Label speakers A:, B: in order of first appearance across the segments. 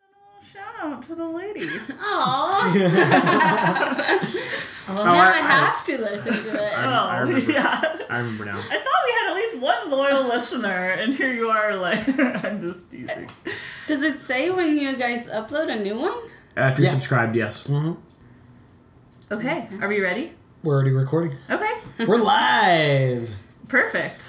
A: Oh, Shout out to the lady.
B: Aww.
C: Oh,
B: now
C: I-
B: I have to listen to it.
C: I- I remember.
A: Oh, yeah.
C: I remember now.
A: I thought we had at least one loyal listener, and here you are, like, I'm just teasing.
B: Does it say when you guys upload a new one?
C: After Uh, you're
D: Yeah.
C: subscribed, yes.
D: Mhm.
A: Okay,
C: Mm-hmm.
A: are we ready?
D: We're already recording.
A: Okay,
D: We're live.
A: perfect.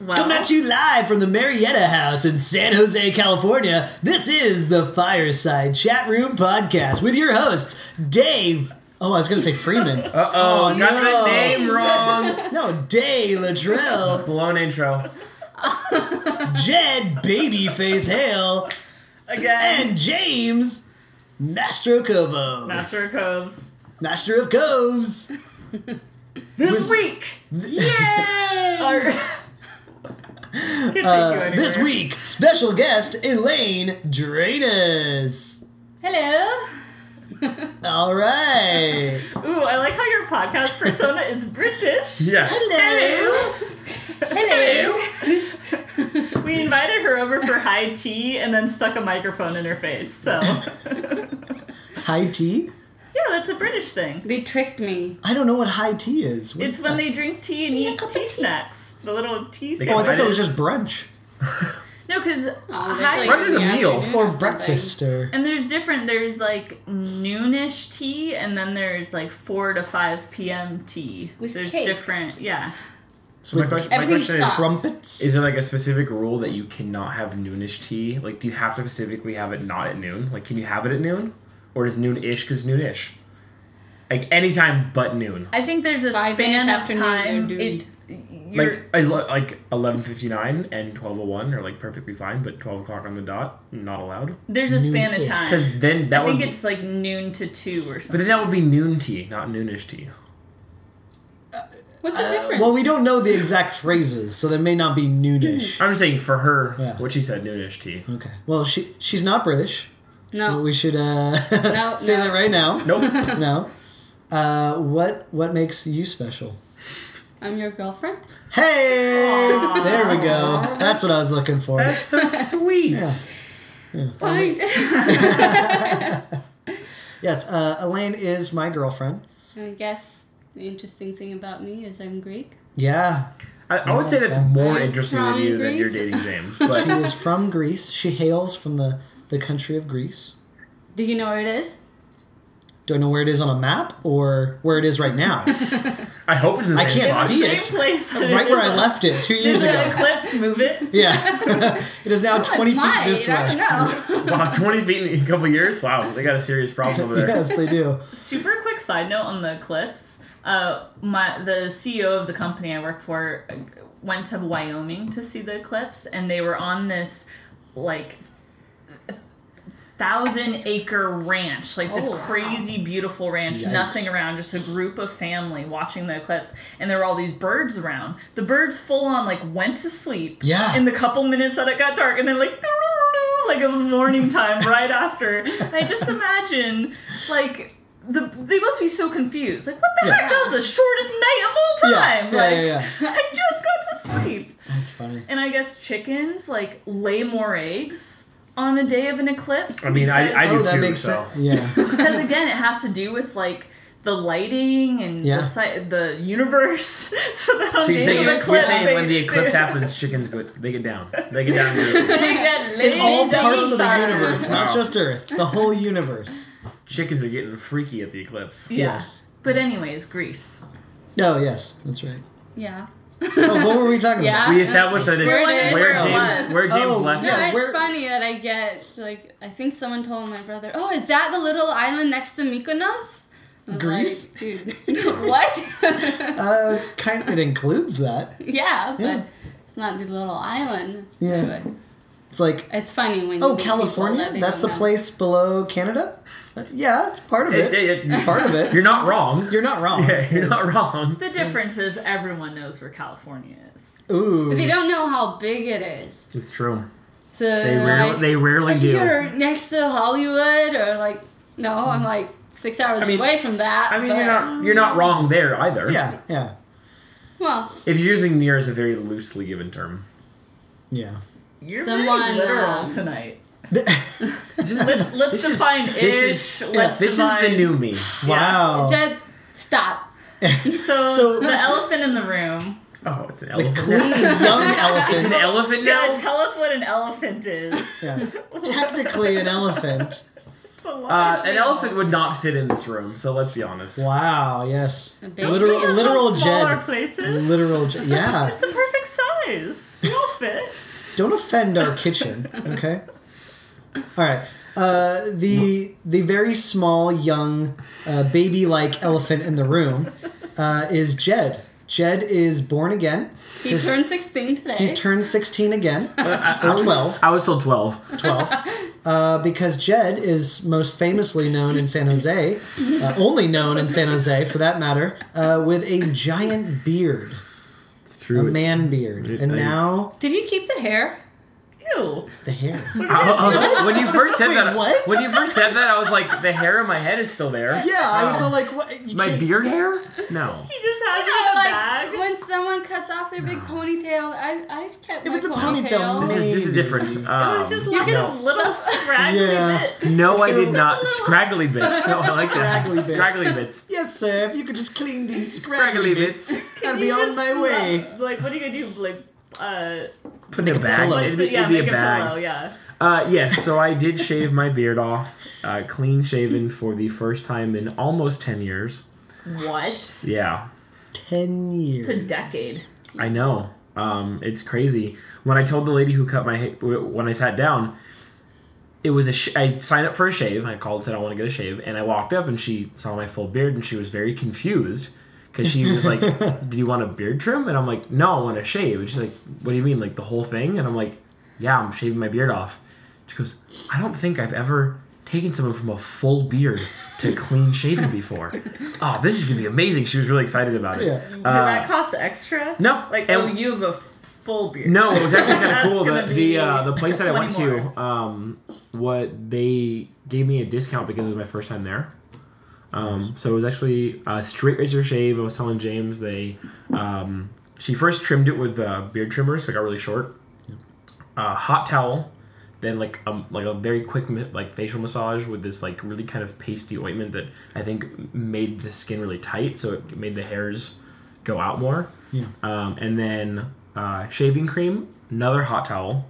A: Well,
D: Coming at you live from the Marietta House in San Jose, California. This is the Fireside Chat Room Podcast with your hosts, Dave. Oh, I was going to say Freeman.
C: Uh oh, got
D: no.
C: the name wrong.
D: no, Dave Latrell,
C: Blown intro.
D: Jed Babyface Hale,
A: again,
D: and James Mastro Covo.
A: Master of Coves.
D: Master of Coves.
A: This
D: This-
A: week!
C: Yay!
A: Our...
D: Uh, this week, special guest, Elaine Dratus.
B: Hello.
D: All right.
A: Ooh, I like how your podcast persona is British.
C: Yeah.
D: Hello.
B: Hello.
A: We invited her over for high tea and then stuck a microphone in her face, so.
D: High tea?
A: Yeah, that's a British thing.
B: they tricked me.
D: I don't know what high tea is. What
A: It's
D: is
A: when
D: that?
A: they drink tea and
B: Yeah,
A: eat
B: cup of
A: tea
B: tea.
A: snacks. The little tea
C: They
D: Oh, I
A: snacks.
D: thought that was just brunch
A: No, because
B: Oh, that's
A: high
B: like
C: Brunch is a
B: in the
C: meal.
B: afternoon
D: or
B: something.
D: breakfast or.
A: And there's different. There's like noonish tea, and then there's like four to five p.m. tea.
B: With
A: there's
B: cake.
A: different, yeah.
C: So my question, my
B: Everything
C: question is,
B: stops.
D: Crumpets?
C: is there like a specific rule that you cannot have noonish tea? Like, do you have to specifically have it not at noon? Like, can you have it at noon, or is noon ish because noon ish? Like anytime but noon.
A: I think there's a
B: Five
A: span
B: minutes
A: of
B: afternoon,
A: time.
B: you're
A: It,
B: doomed.
A: you're,
C: Like I lo- like eleven fifty nine and twelve oh one are like perfectly fine, but twelve o'clock on the dot not allowed.
A: there's a span of
D: Noonish.
A: time.
C: Because then that
A: I
C: would
A: think
C: be,
A: it's like noon to two or
C: but
A: something.
C: then that would be noon tea, not noonish tea.
B: What's the difference?
D: Uh, Well, we don't know the exact phrases, so they may not be noonish.
C: I'm just saying for her,
D: Yeah.
C: what she said, noonish tea.
D: Okay. Well, she she's not British.
B: no.
D: We should uh, say
B: no.
D: that right now.
C: Nope.
D: No. Uh, what what makes you special?
B: I'm your girlfriend.
D: Hey, there we go. That's what I was looking for.
C: That's so sweet.
D: Yeah.
B: Fine.
D: Yes, uh, Elaine is my girlfriend.
B: I guess the interesting thing about me is I'm Greek.
D: Yeah,
C: I, I would say that's
D: Yeah.
C: more
B: I'm
C: interesting than
B: from
C: you than you're
B: Greece.
C: dating James.
D: She
C: But
D: is from Greece. She hails from the, the country of Greece.
B: Do you know where it is?
D: Do I know where it is on a map or where it is right now?
C: I hope it's in the
D: I
C: same
D: can't
C: spot.
D: see
A: Same
D: it.
A: place.
D: right where I left it two years
A: Did the
D: ago.
A: eclipse move it?
D: Yeah. it is now 20 feet
B: Might,
D: this
B: I
D: way.
B: don't know.
C: Wow, 20 feet in a couple years? Wow, they got a serious problem over there.
D: Yes, they do.
A: Super quick side note on the eclipse. Uh, my the CEO of the company I work for uh, went to Wyoming to see the eclipse, and they were on this like thousand acre ranch, like this
B: Oh, wow.
A: crazy beautiful ranch,
D: Yikes.
A: nothing around, just a group of family watching the eclipse, and there were all these birds around. The birds full on like went to sleep.
D: Yeah.
A: In the couple minutes that it got dark, and they're like. "Doo-doo-doo-doo," Like it was morning time right after. And I just imagine, like, the, they must be so confused. Like, what the
D: Yeah.
A: heck? That was the shortest night of all
D: Yeah,
A: time.
D: yeah,
A: like,
D: yeah, yeah.
A: I just got to sleep.
D: That's funny.
A: And I guess chickens like lay more eggs on a day of an eclipse.
C: I mean, I, I do
D: Oh, that
C: too,
D: makes
C: so.
D: sense. Yeah.
A: because again, it has to do with like the lighting and
D: Yeah.
A: the, si- the universe. so that on
C: So you're
A: days
C: saying,
A: of
C: you're
A: eclipse,
C: saying
A: they,
C: when the eclipse
A: they,
C: happens, chickens go, they get down. They get down. to-
A: they get laid
D: In all
B: Maybe
D: parts of the
B: that-
D: universe, not
C: Wow.
D: just Earth, the whole universe.
C: chickens are getting freaky at the eclipse.
A: Yeah.
D: Yes.
A: But anyways, Greece.
D: Oh, yes, that's right.
B: yeah.
D: Oh, what were we talking
B: Yeah.
D: about?
C: We established that it's
B: Where
C: where,
B: it- where it
C: James
B: was.
C: where James
D: Oh,
C: left
B: No,
D: Yeah,
C: it.
B: it's
D: we're-
B: funny that I get like I think someone told my brother, "Oh, is that the little island next to Mykonos?" I was
D: Greece?
B: like, dude, what?
D: Uh, it's kind it includes that.
B: yeah, but
D: Yeah.
B: it's not the little island.
D: Yeah.
B: But
D: It's like
B: it's funny when. you
D: Oh,
B: meet people
D: California?
B: that they
D: That's the
B: don't know.
D: place below Canada? Uh, Yeah, it's part of it.
C: It- it- it-
D: Part of it.
C: You're not wrong.
D: You're not wrong.
C: Yeah, you're not wrong.
A: The difference is everyone knows where California is.
D: Ooh.
B: But they don't know how big it is.
C: It's true.
B: So
C: They, rarely,
B: like,
C: they rarely do.
B: you're next to Hollywood, or like no,
D: Mm.
B: I'm like six hours
C: I mean-
B: away from that.
C: I mean,
B: but,
C: you're not you're not wrong there either.
D: Yeah, yeah,
B: Well,
C: If you're using near as a very loosely given term.
D: yeah.
A: You're
B: Someone,
A: very literal
B: um,
A: tonight. Let, let's
C: This is-
A: define ish.
C: this is-
D: yeah,
A: let's
C: This is
A: define,
C: the new me.
D: Wow.
B: Just stop.
A: So,
D: So-
A: the elephant in the room.
C: Oh, it's an
D: The
C: elephant.
D: clean young
C: It's an
D: elephant.
C: elephant
A: Yeah,
C: now.
A: tell us what an elephant is.
D: Yeah. Technically an elephant.
A: It's a large
C: Uh, an
A: animal.
C: elephant would not fit in this room, so let's be honest.
D: Wow. Yes.
B: A big-
D: Literal,
A: Think of
D: literal
A: how smaller
D: Jed.
A: Places.
D: Literal Jed. Yeah.
A: It's the perfect size. We all fit.
D: Don't offend our kitchen, okay? All right. Uh, the the very small, young, uh, baby-like elephant in the room uh, is Jed. Jed is born again.
B: He
D: His-
B: turned 16 today.
D: He's turned 16 again,
C: I, I- I
D: Or
C: was-
D: 12.
C: I was still 12.
D: 12, uh, because Jed is most famously known in San Jose, uh, only known in San Jose for that matter, uh, with a giant beard,
C: It's
D: a
C: true.
D: man beard, and now
B: Did you keep the hair?
A: Ew.
D: the hair.
C: I- I was- when you first said
D: Wait,
C: that,
D: what?
C: when you first said that, I was like, the hair on my head is still there.
D: Yeah, I was
C: Wow.
D: all like, what? You
C: My
D: can't-
C: beard hair? No.
A: He just has
B: You
A: it
B: know,
A: in a
B: like
A: bag.
B: when someone cuts off their big ponytail, I, I've kept
D: If
B: my
D: it's a ponytail,
B: ponytail.
C: This is this is different.
A: It
C: Um,
A: was just
B: You
A: like
B: can
A: a little scraggly
D: Yeah.
A: bits.
C: no, I did not. Scraggly bits. No, I like
D: Scraggly
C: that.
D: bits.
C: Scraggly bits.
D: Yes, sir. If you could just clean these
C: Scraggly
D: scraggly bits,
C: bits.
D: I'd
A: Can
D: be
A: you
D: on
A: just
D: my
A: love-
D: way.
A: Like, what are you gonna do? Like, uh,
C: Put in a bag.
D: pillow.
C: It'd be,
A: yeah,
C: it'd be
A: make
C: a
A: pillow,
C: bag.
A: yeah.
C: Uh, yes, so I did shave my beard off, uh, clean shaven for the first time in almost 10 years.
A: What?
C: Yeah,
D: Ten years.
A: It's a decade.
C: I know. Um, it's crazy. When I told the lady who cut my ha- when I sat down, it was a sh- I signed up for a shave. I called said I want to get a shave, and I walked up and she saw my full beard and she was very confused because she was like, "Do you want a beard trim?" And I'm like, "No, I want a shave." And she's like, "What do you mean, like the whole thing?" And I'm like, "Yeah, I'm shaving my beard off." She goes, "I don't think I've ever." Taken someone from a full beard to clean shaven before. Oh, this is gonna be amazing. She was really excited about it.
D: Yeah.
A: Did
C: Uh,
A: that cost extra?
C: no,
A: Like,
C: and-
A: oh, you have a full beard.
C: no, it was actually kind
A: That's
C: of cool.
A: gonna
C: The
A: be
C: the, uh, the place that I went
A: 20 more.
C: to, um, what they gave me a discount because it was my first time there. Um, so it was actually a straight razor shave. I was telling James they, um, she first trimmed it with uh, beard trimmers, so it got really short. Uh, hot towel, then like um, like a very quick ma- like facial massage with this like really kind of pasty ointment that I think made the skin really tight, so it made the hairs go out more.
D: Yeah.
C: Um, and then uh, shaving cream, another hot towel,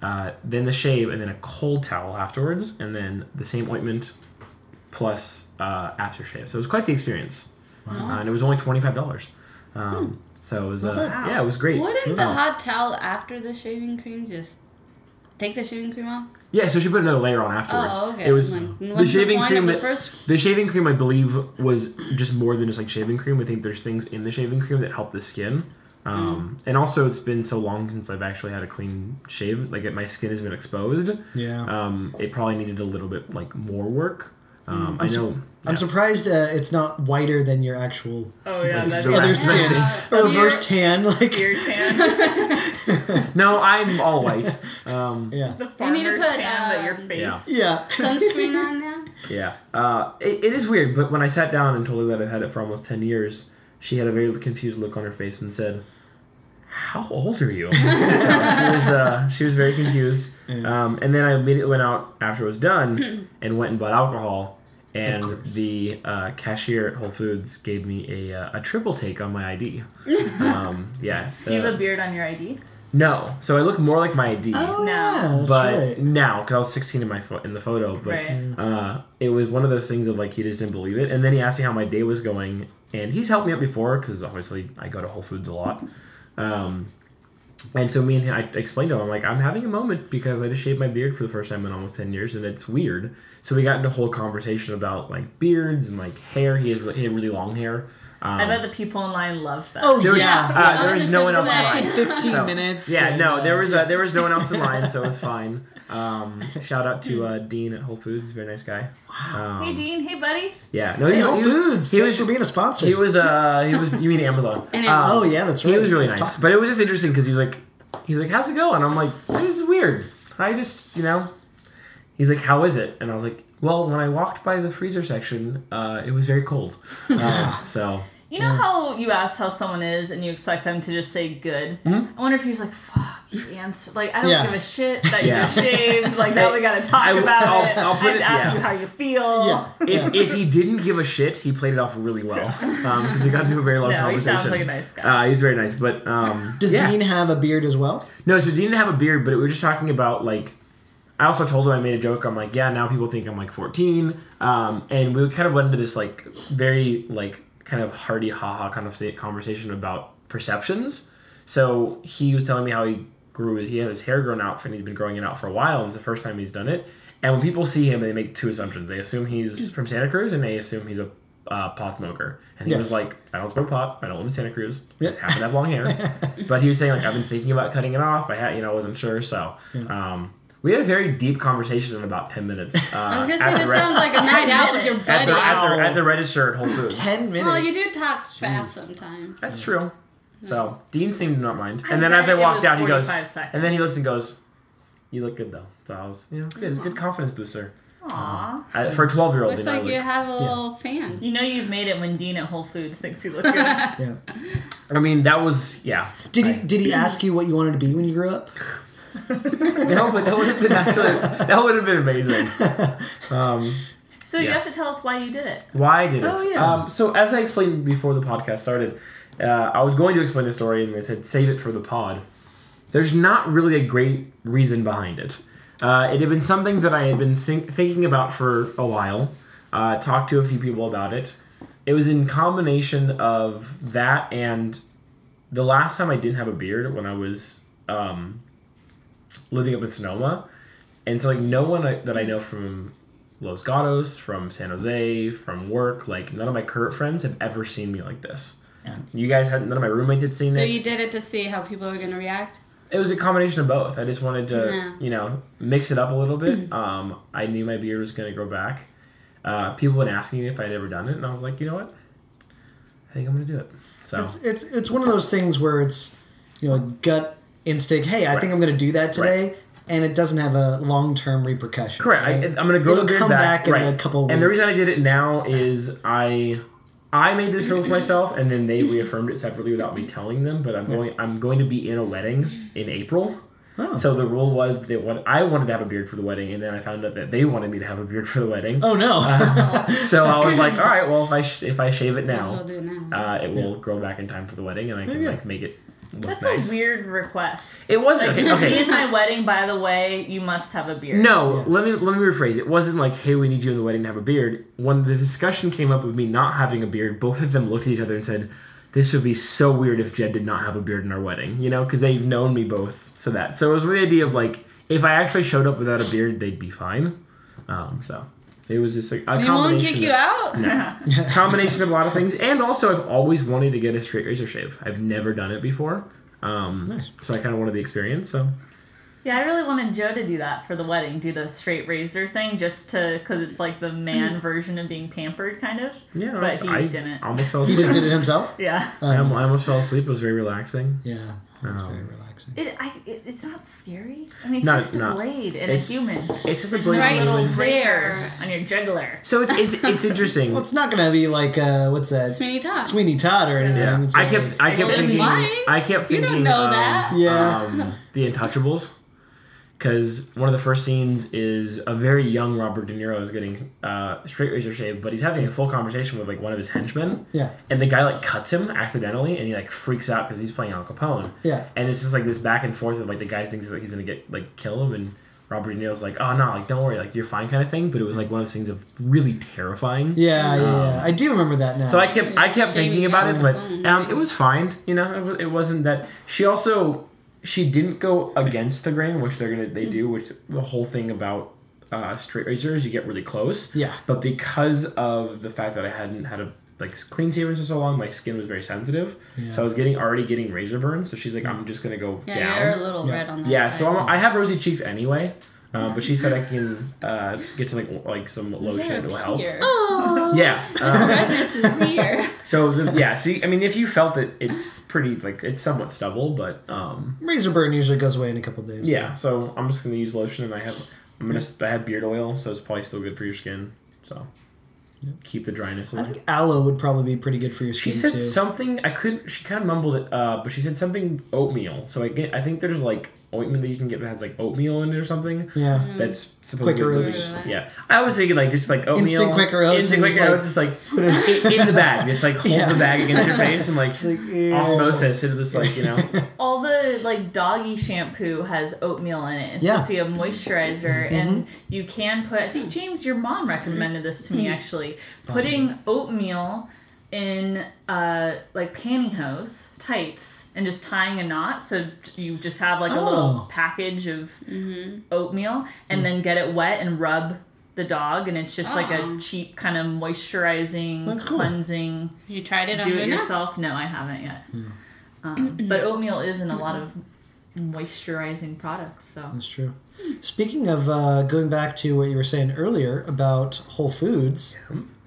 C: uh, then the shave, and then a cold towel afterwards, and then the same ointment plus uh, aftershave. So it was quite the experience, uh, and it was only twenty five dollars. Um, So it was uh,
A: bad.
C: yeah, it was great.
B: Hmm. Wouldn't the
C: Uh,
B: hot towel after the shaving cream just take the shaving cream off?
C: Yeah, so she put another layer on afterwards.
B: Oh, okay.
C: It was
B: Like,
C: the
B: what's the
C: shaving
B: point
C: cream.
B: of the
C: that-
B: first-
C: the shaving cream, I believe, was just more than just like shaving cream. I think there's things in the shaving cream that help the skin. Um,
B: Mm.
C: And also, it's been so long since I've actually had a clean shave. Like, it, my skin has been exposed.
D: Yeah.
C: Um, it probably needed a little bit like more work. Um, I
D: Mm. I'm su-
C: know.
D: I'm surprised uh, it's not whiter than your actual
A: Oh yeah, that's
C: So-
D: other
C: Yeah.
D: skin.
B: Yeah.
D: Or reverse tan, like
A: beard tan.
C: No, I'm all white. Um,
D: yeah,
A: The
B: You
A: farmer's
B: need to put,
A: tan that your
B: um,
A: face.
C: Yeah.
D: yeah.
B: Sunscreen on now?
C: Yeah. Uh, it, it is weird, but when I sat down and told her that I've had it for almost 10 years, she had a very confused look on her face and said, How old are you? so she, was, uh, she was very confused. Um, and then I immediately went out after it was done and went and bought alcohol. And
D: course.
C: the uh, cashier at Whole Foods gave me a, uh, a triple take on my ID. um, yeah.
A: Do you have
C: uh,
A: a beard on your ID?
C: no. So I look more like my ID
D: Oh
A: No.
D: yeah, that's
C: but
D: right.
C: now because I was 16 in my pho- in the photo, but
A: Right.
C: uh, it was one of those things of like he just didn't believe it, and then he asked me how my day was going, and he's helped me out before because obviously I go to Whole Foods a lot, um, and so me and him, I explained to him I'm like I'm having a moment because I just shaved my beard for the first time in almost 10 years, and it's weird. So we got into a whole conversation about like beards and like hair. He has really, he had really long hair. Um,
A: I bet the people in line love that.
D: Oh
C: there was-
D: yeah,
C: uh,
D: yeah.
C: there was no one else in
B: Last
C: line.
D: lasted 15
C: So,
D: minutes.
C: Yeah,
D: and,
C: no,
D: uh,
C: there was uh, there was no one else in line, so it was fine. Um, shout out to uh, Dean at Whole Foods, very nice guy.
A: Hey
C: Um,
A: Dean, hey buddy.
C: yeah, no,
D: Hey,
C: he,
D: Whole
C: he was,
D: Foods.
C: He was,
D: Thanks for being a sponsor.
C: he was, uh, he was. You mean Amazon?
B: And
C: Um,
B: Amazon.
D: oh yeah, that's right.
C: he was really
D: Let's
C: nice,
D: talk.
C: but it was just interesting because he was like, he's like, "How's it going?" I'm like, "This is weird." I just, you know, he's like, "How is it?" And I was like, "Well, when I walked by the freezer section, uh, it was very cold." Uh, so Hmm?
A: You know how you ask how someone is and you expect them to just say good? I wonder if he's like, fuck, the answer. Like, I don't
D: Yeah.
A: give a shit that
C: Yeah.
A: you shaved. Like, now we gotta talk
C: I-
A: about
C: I'll-
A: it.
C: I'll put
A: and
C: it-
A: ask
C: yeah.
A: you how you feel.
D: Yeah.
C: If, if he didn't give a shit, he played it off really well because we got into a very long
A: No, he
C: conversation.
A: sounds like a nice guy.
C: Uh, he's very nice, but um,
D: Does
C: yeah.
D: Dean have a beard as well?
C: No, so Dean didn't have a beard, but we were just talking about like. I also told him I made a joke. I'm like, yeah, now people think I'm like 14, um, and we kind of went into this like very like kind of hearty haha kind of sa- conversation about perceptions. So he was telling me how he grew. He had his hair grown out, and he's been growing it out for a while. And it's the first time he's done it. And when people see him, they make two assumptions. They assume he's from Santa Cruz, and they assume he's a uh, pot smoker. And he
D: Yeah.
C: was like, I don't smoke pot. I don't live in Santa Cruz. I just
D: Yeah.
C: happen to have long hair. but he was saying like I've been thinking about cutting it off. I had you know I wasn't sure. So um, we had a very deep conversation in about ten minutes. Uh,
B: I was gonna
C: at
B: say
C: the
B: this
C: re-
B: sounds like a night out with your
C: at
B: buddy.
C: the, at, the,
D: Wow.
C: at the register at Whole Foods.
D: Ten minutes.
B: Well, you do talk fast sometimes.
C: That's true. So Dean seemed to not mind.
A: I
C: And then as I
A: bet it
C: walked
A: was
C: out, he goes,
A: 45 seconds.
C: and then he looks and goes, "You look good though." So I was, you know, it's good. It's a good confidence booster
A: Aw.
C: I, for a twelve year old.
B: Looks like you have a little fan.
A: You know you've made it when Dean at Whole Foods thinks you look good.
D: Yeah.
C: I mean, that was yeah.
D: Did
C: I-
D: he did he ask you what you wanted to be when you grew up?
C: No, but that would have been actually that would have been amazing. Um,
A: so you
C: Yeah.
A: have to tell us why you did it.
C: why I did it?
D: Oh, yeah.
C: Um, so as I explained before the podcast started, uh, I was going to explain the story, and they said save it for the pod. There's not really a great reason behind it. Uh, it had been something that I had been think- thinking about for a while. Uh, talked to a few people about it. It was in combination of that and the last time I didn't have a beard when I was um, living up in Sonoma, and so like no one I, that I know from Los Gatos, from San Jose, from work, like none of my current friends have ever seen me like this. You guys had none of my roommates had seen
B: So
C: it.
B: you did it to see how people are gonna react.
C: It was a combination of both. I just wanted to,
B: Yeah.
C: you know, mix it up a little bit. Um, I knew my beard was gonna grow back. Uh, people would ask me if I'd ever done it, and I was like, you know what? I think I'm gonna do it. So
D: It's it's it's one of those things where it's you know a gut instinct. Hey, I think I'm going to do that today, and it doesn't have a long term repercussion.
C: Correct. I,
D: right?
C: I'm gonna go
D: It'll
C: to beard
D: come
C: back,
D: back in
C: right.
D: a couple
C: And the reason I
D: weeks.
C: did it now is I I made this rule for myself, and then they reaffirmed it separately without me telling them. But I'm going I'm going to be in a wedding in April.
D: Oh.
C: So the rule was that what I wanted to have a beard for the wedding, and then I found out that they wanted me to have a beard for the wedding.
D: oh no.
C: So I was like, all right, well if I sh- if I shave it
B: We'll
C: now,
B: do it now.
C: uh, it will grow back in time for the wedding, and I can
D: Yeah.
C: like make it look
A: That's
C: nice.
A: a weird request.
C: it wasn't okay. okay.
A: Be in my wedding, by the way, you must have a beard.
C: No,
D: Yeah.
C: let me let me rephrase. It wasn't like, "Hey, we need you in the wedding to have a beard." When the discussion came up of me not having a beard, both of them looked at each other and said, "This would be so weird if Jed did not have a beard in our wedding," you know, because they've known me both. So that so it was with the idea of like, if I actually showed up without a beard, they'd be fine. Um, so it was just like a
B: They
C: combination.
B: won't kick
C: of,
B: you out.
C: combination of a lot of things, and also I've always wanted to get a straight razor shave. I've never done it before. Um,
D: Nice.
C: So I kind of wanted the experience. So
A: Yeah, I really wanted Joe to do that for the wedding, do the straight razor thing, just to because it's like the man version of being pampered, kind of.
C: Mm. yeah,
A: but
C: honestly,
A: he
C: I
A: didn't.
C: Almost fell.
D: he
C: asleep.
D: just did it himself.
A: yeah,
D: Oh,
C: I
D: no.
C: almo- I almost fell asleep. It was very relaxing.
D: Yeah, that's very
C: Um,
D: relaxing.
A: it, I, it, it's not scary. I mean, it's
C: No,
A: just
C: it's
A: a
C: not.
A: blade and
C: It's-
A: a human.
C: It's just a
A: There's
C: blade.
A: no
B: Right
A: little
B: there.
A: breaker on your jugular.
C: So it's it's, it's interesting.
D: Well, it's not going to be like uh, what's that?
B: Sweeney Todd.
D: Sweeney Todd or anything.
C: yeah,
D: It's
C: I
D: like-
C: kept I kept
B: Well, it
C: thinking
B: might.
C: I kept
B: You
C: thinking
B: don't know
C: of,
B: that.
D: Yeah.
C: um, the Untouchables because one of the first scenes is a very young Robert De Niro is getting uh, straight razor shaved, but he's having a full conversation with like one of his henchmen.
D: Yeah.
C: and the guy like cuts him accidentally, and he like freaks out because he's playing Al Capone.
D: Yeah.
C: and it's just like this back and forth of like the guy thinks that he's gonna get like kill him, and Robert De Niro's like, oh no, like don't worry, like you're fine kind of thing. But it was like one of those things of really terrifying.
D: Yeah, yeah, yeah. I do remember that now.
C: So I kept I kept
B: Shaving
C: thinking about it,
B: down.
C: but
B: Mm.
C: um, it was fine. You know, it, wa- it wasn't that. She also she didn't go against the grain, which they're gonna they do. Which the whole thing about uh, straight razors, you get really close.
D: Yeah.
C: But because of the fact that I hadn't had a like clean shavings for so long, my skin was very sensitive.
D: Yeah.
C: So I was getting already getting razor burns. So she's like, I'm just gonna go
B: Yeah,
C: down.
B: you're a little
D: Yeah.
B: red on that.
C: Yeah,
B: side.
C: so I'm, I have rosy cheeks anyway, uh, but she said I can uh, get some like like some
B: These are
C: lotion Oh, that will help.
B: here.
C: Yeah, um,
B: Redness is here.
C: so the, yeah, see, I mean, if you felt it, it's pretty like it's somewhat stubble, but um,
D: razor burn usually goes away in a couple days.
C: yeah. So I'm just gonna use lotion, and I have I'm gonna I have beard oil, so it's probably still good for your skin. So keep the dryness.
D: I
C: away.
D: think aloe would probably be pretty good for your
C: She
D: skin
C: said
D: too.
C: something I couldn't. She kind of mumbled it, uh, but she said something oatmeal. So I get. I think there's like ointment that you can get that has like oatmeal in it or something.
A: Mm.
D: Yeah.
C: That's supposed
D: Quicker
C: to
D: oats.
C: Yeah, I was thinking like just like oatmeal,
D: Instant Quaker oats
C: instant
D: and just,
C: Quaker
D: like,
C: oats, just like in, in the bag, just like hold
D: Yeah.
C: the bag against your face and like,
D: like, ew.
C: osmosis. It's just like you know,
A: all the like doggy shampoo has oatmeal in it. It's
D: Yeah. Mm-hmm.
A: supposed to be a moisturizer, and you can put. I think James, your mom recommended this to me actually. Putting oatmeal in uh like pantyhose tights and just tying a knot so t- you just have like a
D: Oh. Mm.
A: little package of oatmeal and then get it wet and rub the dog and it's just like
B: Oh.
A: a cheap kind of moisturizing
D: That's cool.
A: cleansing
B: You tried it on
A: do it
B: Luna?
A: yourself? No, I haven't yet. Um, but oatmeal is in a lot of moisturizing products, so
D: That's true. Speaking of uh, going back to what you were saying earlier about Whole Foods,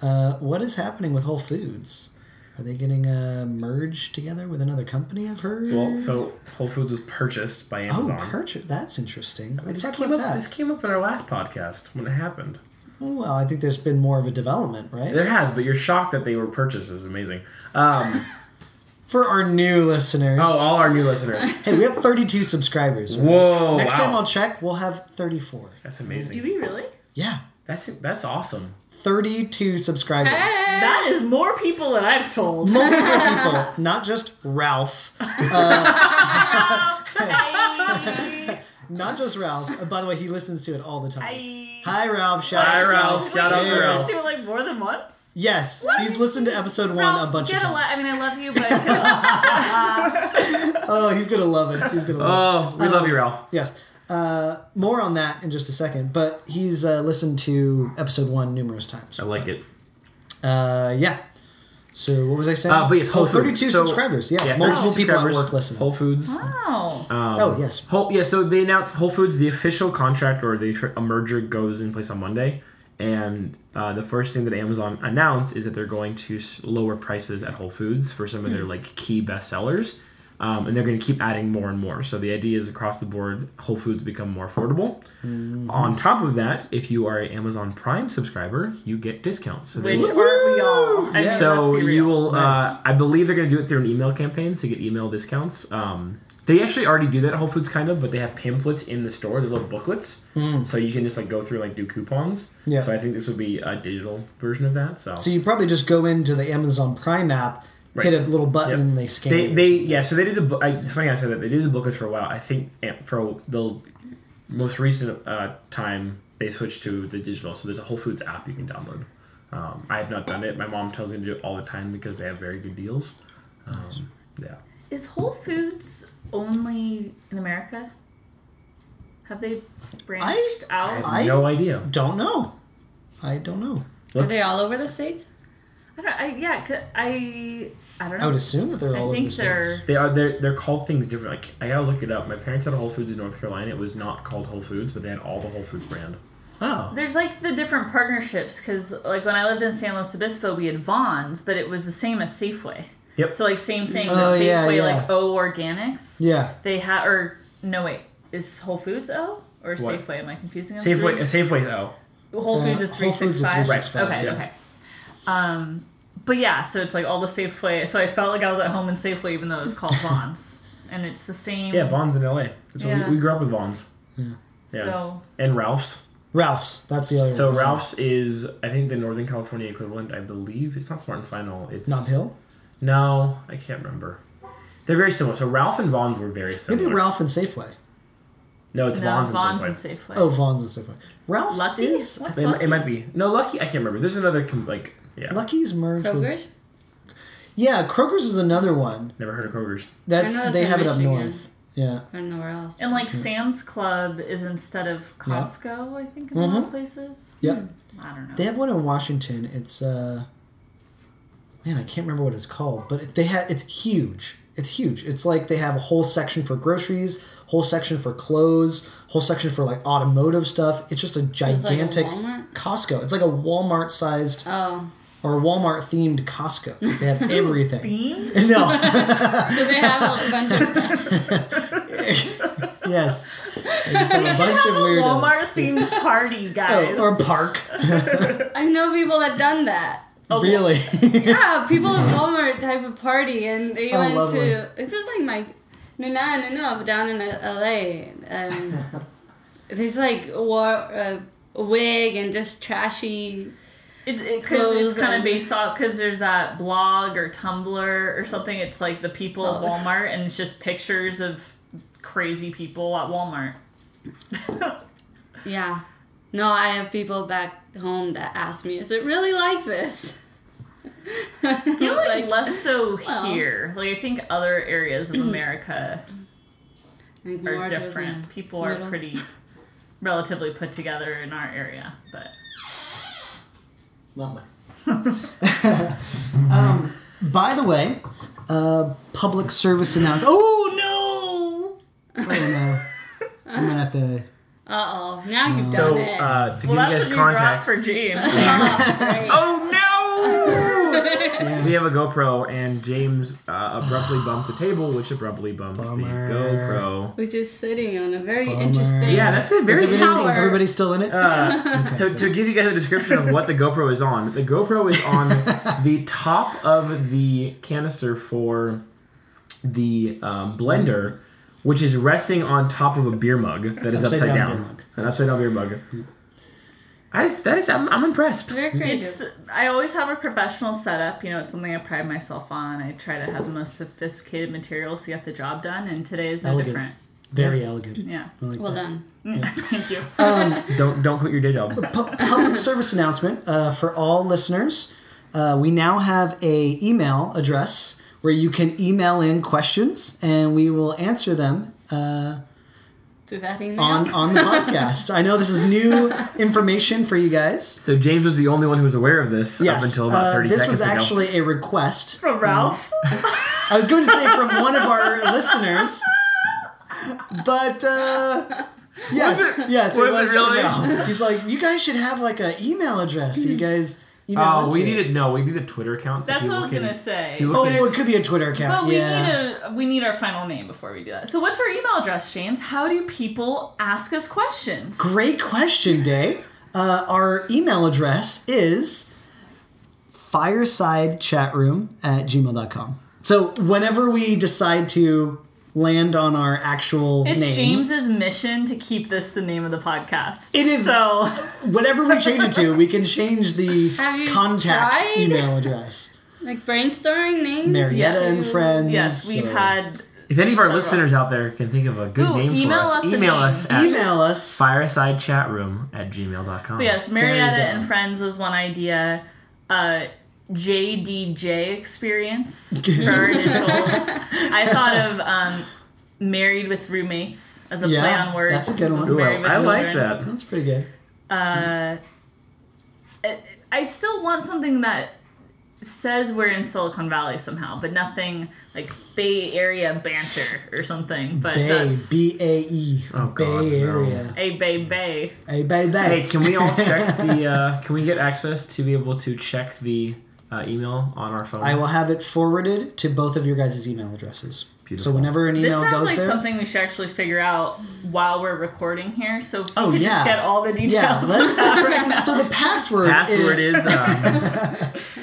D: uh, what is happening with Whole Foods? Are they getting uh, merged together with another company? I've heard.
C: well, so Whole Foods was purchased by Amazon.
D: oh, purchase. That's interesting.
C: This
D: Let's talk
C: came,
D: about
C: up,
D: that. Oh,
C: this came up in our last podcast when it happened.
D: Well, I think there's been more of a development, right?
C: There has, but you're shocked that they were purchased. is amazing. Um,
D: For our new listeners.
C: oh, all our new listeners.
D: Hey, we have 32 subscribers.
C: Whoa!
D: Next
C: wow.
D: time I'll check, we'll have 34.
C: That's
A: do
C: amazing.
A: we really?
D: Yeah,
C: That's that's awesome.
D: 32 subscribers.
B: Hey!
A: That is more people than I've told.
D: Multiple people, not just Ralph.
A: Hi.
D: Not just Ralph. Uh, by the way, he listens to it all the time.
A: Hi.
D: Hi, Ralph. Shout out
C: Hi,
D: to
C: Ralph. Shout out to
D: Yeah.
C: Ralph.
A: Let's do it like more than once.
D: Yes, he's listened to episode one
A: Ralph,
D: a bunch
A: get
D: of
A: a
D: times.
A: li- I mean, I love you, but
D: Oh, he's gonna love it. He's gonna love
C: Oh,
D: it.
C: we love you, Ralph.
D: Yes. Uh, more on that in just a second, but he's uh, listened to episode one numerous times.
C: I like it.
D: Uh, yeah. So what was I saying?
C: Oh. Uh, but yes, Whole
D: oh, 32
C: Foods. So-
D: subscribers. Yeah,
C: Yeah,
D: multiple
C: 32
D: people at
C: subscribers,
D: work listen.
C: Whole Foods.
A: wow.
C: Um,
D: oh yes.
C: Whole, yeah, so they announced Whole Foods the official contract or the a merger goes in place on Monday, and uh, the first thing that Amazon announced is that they're going to s- lower prices at Whole Foods for some of their like key bestsellers, um, and they're going to keep adding more and more. So the idea is across the board, Whole Foods become more affordable. On top of that, if you are an Amazon Prime subscriber, you get discounts. So they
A: Which
C: will-
A: aren't we all? I mean,
D: Yeah.
A: let's
C: so
A: be real.
C: you will.
D: Nice.
C: Uh, I believe they're going to do it through an email campaign, so you get email discounts. Um, they actually already do that at Whole Foods, kind of, but they have pamphlets in the store, the little booklets, so you can just like go through like do coupons.
D: Hmm. Yeah.
C: So I think this would be a digital version of that. So,
D: So you probably just go into the Amazon Prime app,
C: Right.
D: hit a little button,
C: Yep.
D: and they scan.
C: they
D: it.
C: they yeah. So they did the. bu- I, it's funny I said that they did the booklets for a while. I think eh, for the most recent uh, time they switched to the digital. So there's a Whole Foods app you can download. Um, I have not done it. My mom tells me to do it all the time because they have very good deals. Um, yeah.
A: Is Whole Foods only in America? Have they branched
C: I have
A: out? I,
D: I-
C: no idea.
D: don't know. I don't know.
B: Are
C: Let's-
B: they all over the states?
A: don't. I yeah. c- I I don't know.
D: I would assume that they're all
A: I
D: over
A: think
D: the
A: they're.
D: States.
C: they are they're, they're called things different. Like I gotta look it up. My parents had a Whole Foods in North Carolina. It was not called Whole Foods, but they had all the Whole Foods brand.
D: Oh,
A: There's like the different partnerships because like when I lived in San Luis Obispo, we had Vaughn's, but it was the same as Safeway.
C: Yep.
A: So like same thing. The
D: Oh,
A: Safeway
D: yeah, yeah.
A: like O Organics.
D: yeah.
A: They had or no wait is Whole Foods O or
C: What?
A: Safeway? Am I confusing them?
C: Safeway.
A: Three-
C: Safeway's oh.
A: Whole Foods
D: Uh,
A: is
D: Whole
A: three
D: Foods
A: six
D: is
A: five.
D: 365,
A: Okay.
C: yeah.
A: Okay. Um, but yeah, so it's like all the Safeway. So I felt like I was at home in Safeway, even though it was called Vaughn's, and it's the same.
C: Yeah, Vaughn's in L.A. That's what
A: Yeah.
C: we, we grew up with Vaughn's. Yeah.
A: So
C: And Ralph's.
D: Ralph's. That's the other
C: So
D: one.
C: Ralph's is, I think, the Northern California equivalent. I believe it's not Smart and Final. It's
D: Knob Hill.
C: No, I can't remember. They're very similar. So Ralph and Vaughn's were very similar.
D: Maybe Ralph and Safeway.
C: No, it's
A: no,
C: Vaughn's,
A: Vaughn's, and
C: and Safeway.
A: Safeway.
D: Oh, Vaughn's and Safeway. Ralph's
A: Lucky?
D: is
A: What's
C: They- it might be no Lucky. I can't remember. There's another com- like yeah.
D: Lucky's merged
B: Kroger?
D: with yeah. Kroger's is another one.
C: Never heard of Kroger's.
D: That's,
B: I know that's
D: they
B: in
D: have it up
B: Michigan.
D: north. Yeah.
B: I don't know where else.
A: And
D: Hmm.
A: like Sam's Club is instead of Costco, I think, in
D: Mhm.
A: other places.
D: Yep.
A: I don't know.
D: They have one in Washington. It's uh man, I can't remember what it's called, but it- they had it's huge. It's huge. It's like they have a whole section for groceries, whole section for clothes, whole section for like automotive stuff. It's just a
B: it's like a
D: gigantic
B: Walmart?
D: Costco. It's like a Walmart sized
B: Oh.
D: or Walmart themed Costco. They have everything.
A: Themed?
D: no.
B: So they have a bunch of.
D: yes. They just have a bunch of weirdos.
A: Walmart themed party, guys.
D: Oh, or park.
B: I know people that done that.
A: Oh,
D: really?
B: Yeah, people at Walmart type of party, and they
D: Oh,
B: went
D: lovely.
B: to. It's just like my. no, no, no, no, but down in LA. Um, there's like war, uh, a wig and just trashy.
A: It's it, 'cause
B: Clothes
A: it's kind of
B: and-
A: based off because there's that blog or Tumblr or something. It's like the people at
B: Oh.
A: Walmart, and it's just pictures of crazy people at Walmart.
B: Yeah. No, I have people back home that ask me, is it really like this? I
A: I feel like, Mm-hmm. less so
B: well.
A: here. Like I think other areas of America
B: think
A: are
B: more towards
A: different.
B: the
A: People are
B: middle.
A: pretty relatively put together in our area, but
D: Lovely. um, by the way, uh, public service announcement. Oh no! Wait, no. I'm gonna have to.
B: Uh-oh, now you've
C: So,
B: done it.
C: uh, to
A: well,
C: give you
A: that's
C: guys
A: a new drop
C: context,
A: for James.
B: Oh, great.
A: oh
D: Yeah.
C: we have a GoPro, and James uh, abruptly bumped the table, which abruptly bumped
D: Bummer.
C: the GoPro.
B: Which is sitting on a very
D: Bummer.
B: interesting.
C: Yeah, that's a
D: Is
C: very
D: everybody-
B: power.
D: everybody still in it?
C: Uh,
D: Okay,
C: to,
D: good.
C: to give you guys a description of what the GoPro is on, the GoPro is on the top of the canister for the um, blender, which is resting on top of a beer mug that is
D: Upside
C: upside,
D: down
C: down.
D: beer mug.
C: An upside down beer mug. I just, that is, I'm, I'm impressed.
B: Very creative.
A: It's I always have a professional setup. You know, it's something I pride myself on. I try to have the most sophisticated materials to get the job done, and today is no
D: Elegant. Mm.
A: different.
D: Very elegant.
A: Yeah.
D: I like
B: well
D: that.
B: done.
A: Thank you.
C: Don't don't quit your day job.
D: Pu- public service announcement uh, for all listeners. Uh, we now have a email address where you can email in questions, and we will answer them uh,
B: To that email.
D: on on the podcast. I know this is new information for you guys.
C: So James was the only one who was aware of this
D: Yes,
C: up until about
D: uh,
C: 30
D: this
C: seconds
D: was
C: ago.
D: actually a request
A: From Ralph.
D: I was going to say from one of our listeners, but uh, yes, yes,
C: was it really?
D: no. He's like, you guys should have like an email address. that You guys email.
C: Oh,
D: into."
C: we need a no. We need a Twitter account. So
A: That's what
C: people
A: I was
C: can-
A: gonna say.
C: people
D: Oh,
C: can-
D: well, it could be a Twitter account.
A: But we
D: yeah.
A: need a we need our final name before we do that. So what's our email address, James? How do people ask us questions?
D: Great question, Day. Uh, our email address is firesidechatroom at gmail.com. So whenever we decide to land on our actual
A: It's
D: name,
A: James's mission to keep this the name of the podcast.
D: It is-
A: so.
D: whatever we change it to, we can change the
B: Have you
D: contact
B: tried?
D: email address.
B: Like brainstorming names.
D: Marietta
A: Yes.
D: and friends.
A: Yes, we've
D: or-
A: had.
C: If any of our
A: So-
C: listeners out there can think of a good
A: Ooh,
C: name for
A: email
C: us,
A: us a
C: email
A: name.
C: us at
D: email us.
C: firesidechatroom at gmail.com.
A: But yes,
D: you
A: Marietta
D: go.
A: and Friends was one idea. Uh, JDJ experience for our initials. I thought of um, Married with Roommates as a
D: Yeah,
A: play on words.
D: that's a good one.
A: with
C: Ooh, I,
A: Married with
C: I like
A: Children.
C: that.
D: That's pretty good.
A: uh, I- I still want something that says we're in Silicon Valley somehow, but nothing like Bay Area banter or something. But
D: Bay,
A: that's
D: B A E.
C: Oh, God,
D: Bay
C: no.
D: Area.
A: a Bay Bay.
D: Hey, Bay Bay.
C: Hey, can we all check the, uh, can we get access to be able to check the uh, email on our phones?
D: I will have it forwarded to both of your guys' email addresses.
C: Beautiful.
D: So whenever an
A: This
D: email
A: sounds
D: goes
A: like
D: there.
A: something we should actually figure out while we're recording here. So if we
D: Oh,
A: could
D: yeah.
A: just get all the details.
D: yeah, let's.
A: right now.
D: so the password,
C: Password
D: is.
C: is, um,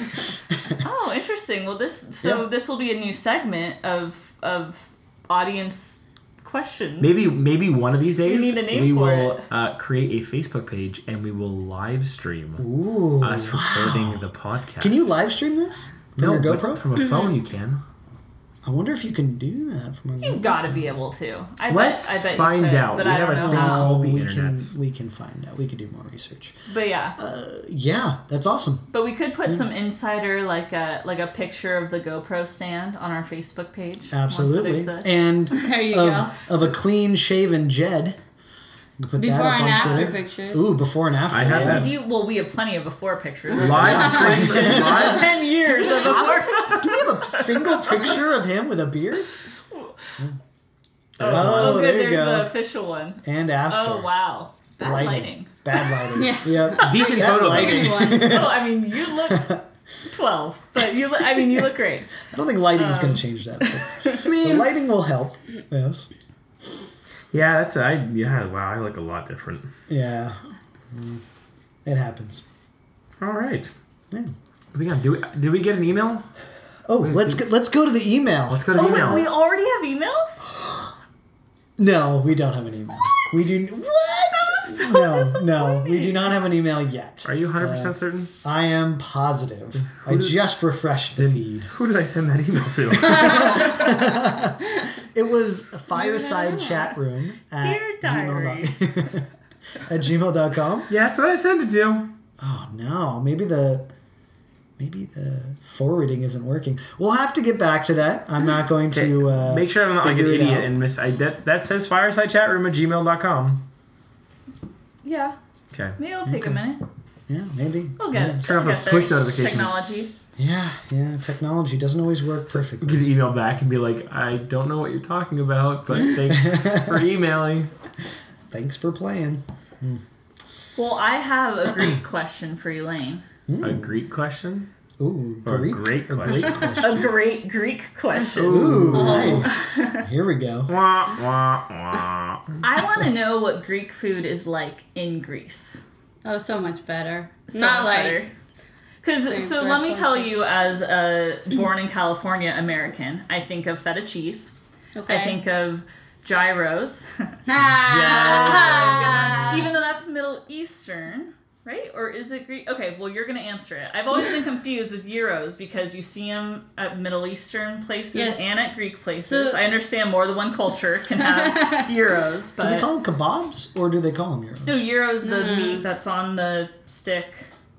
A: Oh, interesting. Well, this so
D: Yeah.
A: this will be a new segment of of audience questions.
C: maybe maybe one of these days
A: need a name
C: we
A: for
C: will
A: it.
C: Uh, create a Facebook page and we will live stream
D: Ooh.
C: us recording the podcast.
D: Can you live stream this from
C: no,
D: your
C: but
D: GoPro?
C: From a phone, you can.
D: I wonder if you can do that from a
A: You've got to be able to. I
C: Let's
A: bet, I bet you
C: find
A: could,
C: out.
A: But
C: We
A: I
C: have
A: don't
C: a
A: know.
C: thing.
D: Wow,
C: called the
D: we can
C: internets.
D: we can find out. We can do more research.
A: But yeah.
D: Uh, Yeah, that's awesome.
A: But we could
D: mm.
A: put some insider like a like a picture of the GoPro stand on our Facebook page. once it
D: Absolutely.
A: exists.
D: And
B: There you go.
D: of, of a clean shaven Jed. You can Put
B: Before
D: up
B: and
D: on
B: after
D: Twitter.
B: pictures.
D: Ooh, before and after.
C: I have
A: We do- well, we have plenty of before pictures.
C: Live stream. live
A: Ten years of Oh,
D: I
A: before.
D: don't think- do we have a single picture of him with a beard?
A: Oh,
D: Oh,
A: good.
D: there you
A: There's the
D: go.
A: official one.
D: And after.
A: Oh wow, that
D: Lighting.
A: lighting.
D: Bad lighting.
B: Yes.
D: Yep.
C: Decent
D: That
C: photo.
D: lighting.
B: Pretty one.
A: oh, I mean, you look twelve, but you look. I mean, you look great.
D: I don't think lighting is
A: Um.
D: going to change that. but the lighting will help. Yes.
C: Yeah, that's I. Yeah, wow, I look a lot different.
D: Yeah. Mm. It happens.
C: All right,
D: Yeah.
C: we gonna do. Did we get an email?
D: Oh, let's go, let's go to the email.
C: Let's go to
A: Oh, wait,
C: email.
A: we already have emails.
D: No, we don't have an email. We do. What?
A: So
D: No, no, we
A: disappointing.
D: do not have an email yet.
C: Are you 100%
D: Uh,
C: certain?
D: I am positive. I just refreshed the feed.
C: Who did I send that email to?
D: It was a fireside chat room at
A: Dear diary.
D: gmail.com. at gmail.com.
C: yeah, that's what I sent it to.
D: Oh no, maybe the maybe the forwarding isn't working. We'll have to get back to that. I'm not going to uh,
C: Make sure I'm not like an
D: figure it
C: idiot
D: out.
C: and miss. I, that, that says fireside chat room at gmail.com.
A: Yeah,
C: Okay.
A: maybe it'll take a minute.
D: Yeah, maybe.
A: We'll get it.
C: Turn off
A: We'll
C: those
A: get
C: push
A: there.
C: notifications.
A: Technology.
D: Yeah, yeah. Technology doesn't always work
C: Get
D: perfectly.
C: an email back and be like, I don't know what you're talking about, but thanks for emailing.
D: Thanks for playing.
A: Well, I have a great question for Elaine.
C: A Greek question?
D: Ooh,
C: Or
D: Hmm. Greek.
C: a great question?
D: Great question.
A: A great Greek question.
D: Ooh, nice. Here we go.
C: wah, wah, wah.
A: I want to know what Greek food is like in Greece.
B: Oh, so much better. Not like
A: Because so let me
B: fresh
A: tell
B: one.
A: you, as a born in California American, I think of feta cheese.
B: okay.
A: I think of gyros,
B: Ah.
A: even though that's Middle Eastern, right? Or is it Greek? Okay, well you're gonna answer it. I've always been confused with euros because you see them at Middle Eastern places
B: Yes.
A: and at Greek places.
B: So-
A: I understand more than one culture can have euros, but
D: Do they call them kebabs or do they call them euros?
A: No, euro's the meat that's on the stick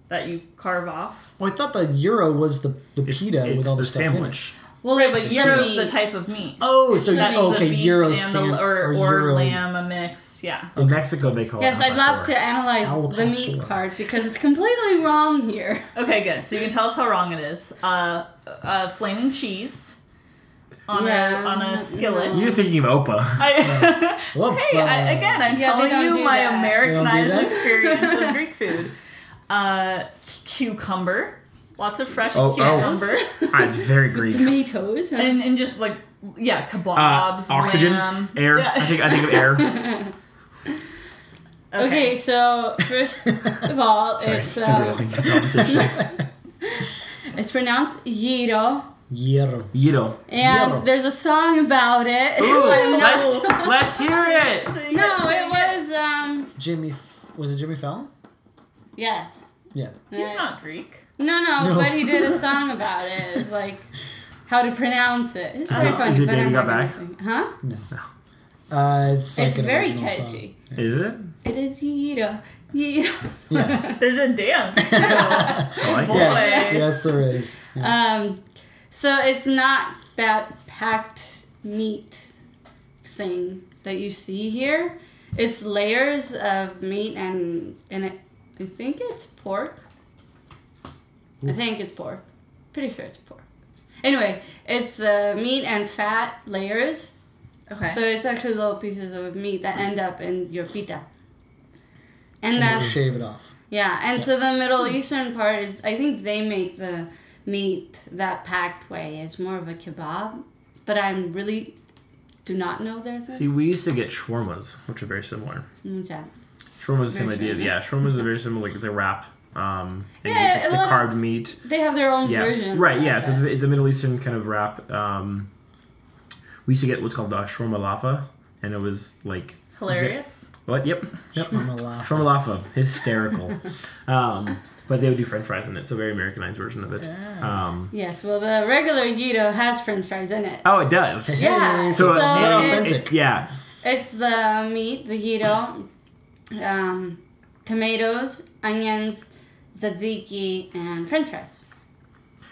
A: that you carve off.
D: Well, Oh, I thought the euro was the, the
C: It's,
D: pita
C: it's
D: with all the,
C: the
D: stuff
C: sandwich.
B: Well,
A: Right,
B: it's
A: but
B: the
A: euro's
B: meat.
A: the type of meat.
D: Oh, so
A: That's
D: oh, okay,
A: the beef
D: euro
A: and the-
D: sandwich
A: or, or
D: euro.
A: lamb a mix, yeah.
C: In Mexico, they call
B: Yes,
C: it.
B: I'd love to analyze
D: Al
B: the meat
D: pastor.
B: part because it's completely wrong here.
A: Okay, good. So you can tell us how wrong it is. Uh, uh, flaming cheese on
B: Yeah,
A: a on a
B: no.
A: skillet.
C: You're thinking of Opa.
A: I,
D: Whoa,
A: hey, I,
D: uh,
A: again, I'm
B: Yeah, they
A: telling
B: don't
A: you
B: do
A: my
B: that.
A: Americanized
D: that?
A: experience of Greek food. Uh, cucumber, lots of fresh
C: Oh, oh.
A: cucumber,
C: Ah, it's very Greek.
B: Tomatoes. And,
A: and and just like yeah,
C: Uh,
A: kebabs,
C: oxygen,
A: lamb.
C: air.
A: Yeah.
C: I think I think of air.
A: okay.
B: okay, so first of all, it's um, it's pronounced gyro,
D: euro.
C: Yido.
B: and
D: Gyro.
B: there's a song about it.
C: Ooh,
B: I'm not-
C: let's, let's hear it.
A: So you
B: no,
A: got-
B: it was um
D: Jimmy, F- was it Jimmy Fallon?
B: yes.
D: Yeah.
A: He's
B: Uh,
A: not Greek.
B: No, no,
D: No.
B: but he did a song about it. It was like how to pronounce it. It's
C: Is
B: very
C: it-
B: funny,
C: is it
B: but
C: Baby
B: I'm
C: Got
B: not gonna
C: Back?
B: sing. Huh?
D: Uh, it's like
B: it's
D: an
B: very
D: original song.
B: catchy.
C: Is it?
B: It is gyro, gyro.
D: Yeah.
A: There's a dance. too.
C: I like it.
D: Yes,
A: Boy.
D: yes, there is. Yeah.
B: Um, so it's not that packed meat thing that you see here. It's layers of meat and and it, I think it's pork. I think it's pork. Pretty sure it's pork. Anyway, it's uh, meat and fat layers.
A: Okay.
B: So it's actually little pieces of meat that end up in your pita. And that's
D: shave it off.
B: yeah, and so the Middle Eastern part is, I think they make the meat that packed way. It's more of a kebab, but I'm really do not know their thing.
C: See, we used to get shawarmas, which are very similar.
B: Yeah,
C: Shawarmas is the same
B: Very
C: idea.
B: similar.
C: Yeah, shawarmas are very similar. Like the wrap, um, and
B: Yeah,
C: the,
B: a
C: the
B: lot of-
C: carved meat.
B: they have their own
C: yeah.
B: version.
C: Right,
B: of
C: yeah. So
B: it.
C: it's, it's a Middle Eastern kind of wrap. Um, we used to get what's called uh, shawarma lafa, and it was like.
A: Hilarious.
C: But yep, yep.
D: Shmama laugh.
C: Shawarma lafa, hysterical. um, but they would do French fries in it, so a very Americanized version of it. Um,
B: yes, well, the regular gyro has French fries in it.
C: oh, it does.
B: Yeah,
D: Hey,
C: So,
B: so
D: they're
B: it's,
D: authentic.
C: it's, yeah,
B: it's the meat, the gyro, um, tomatoes, onions, tzatziki, and French fries.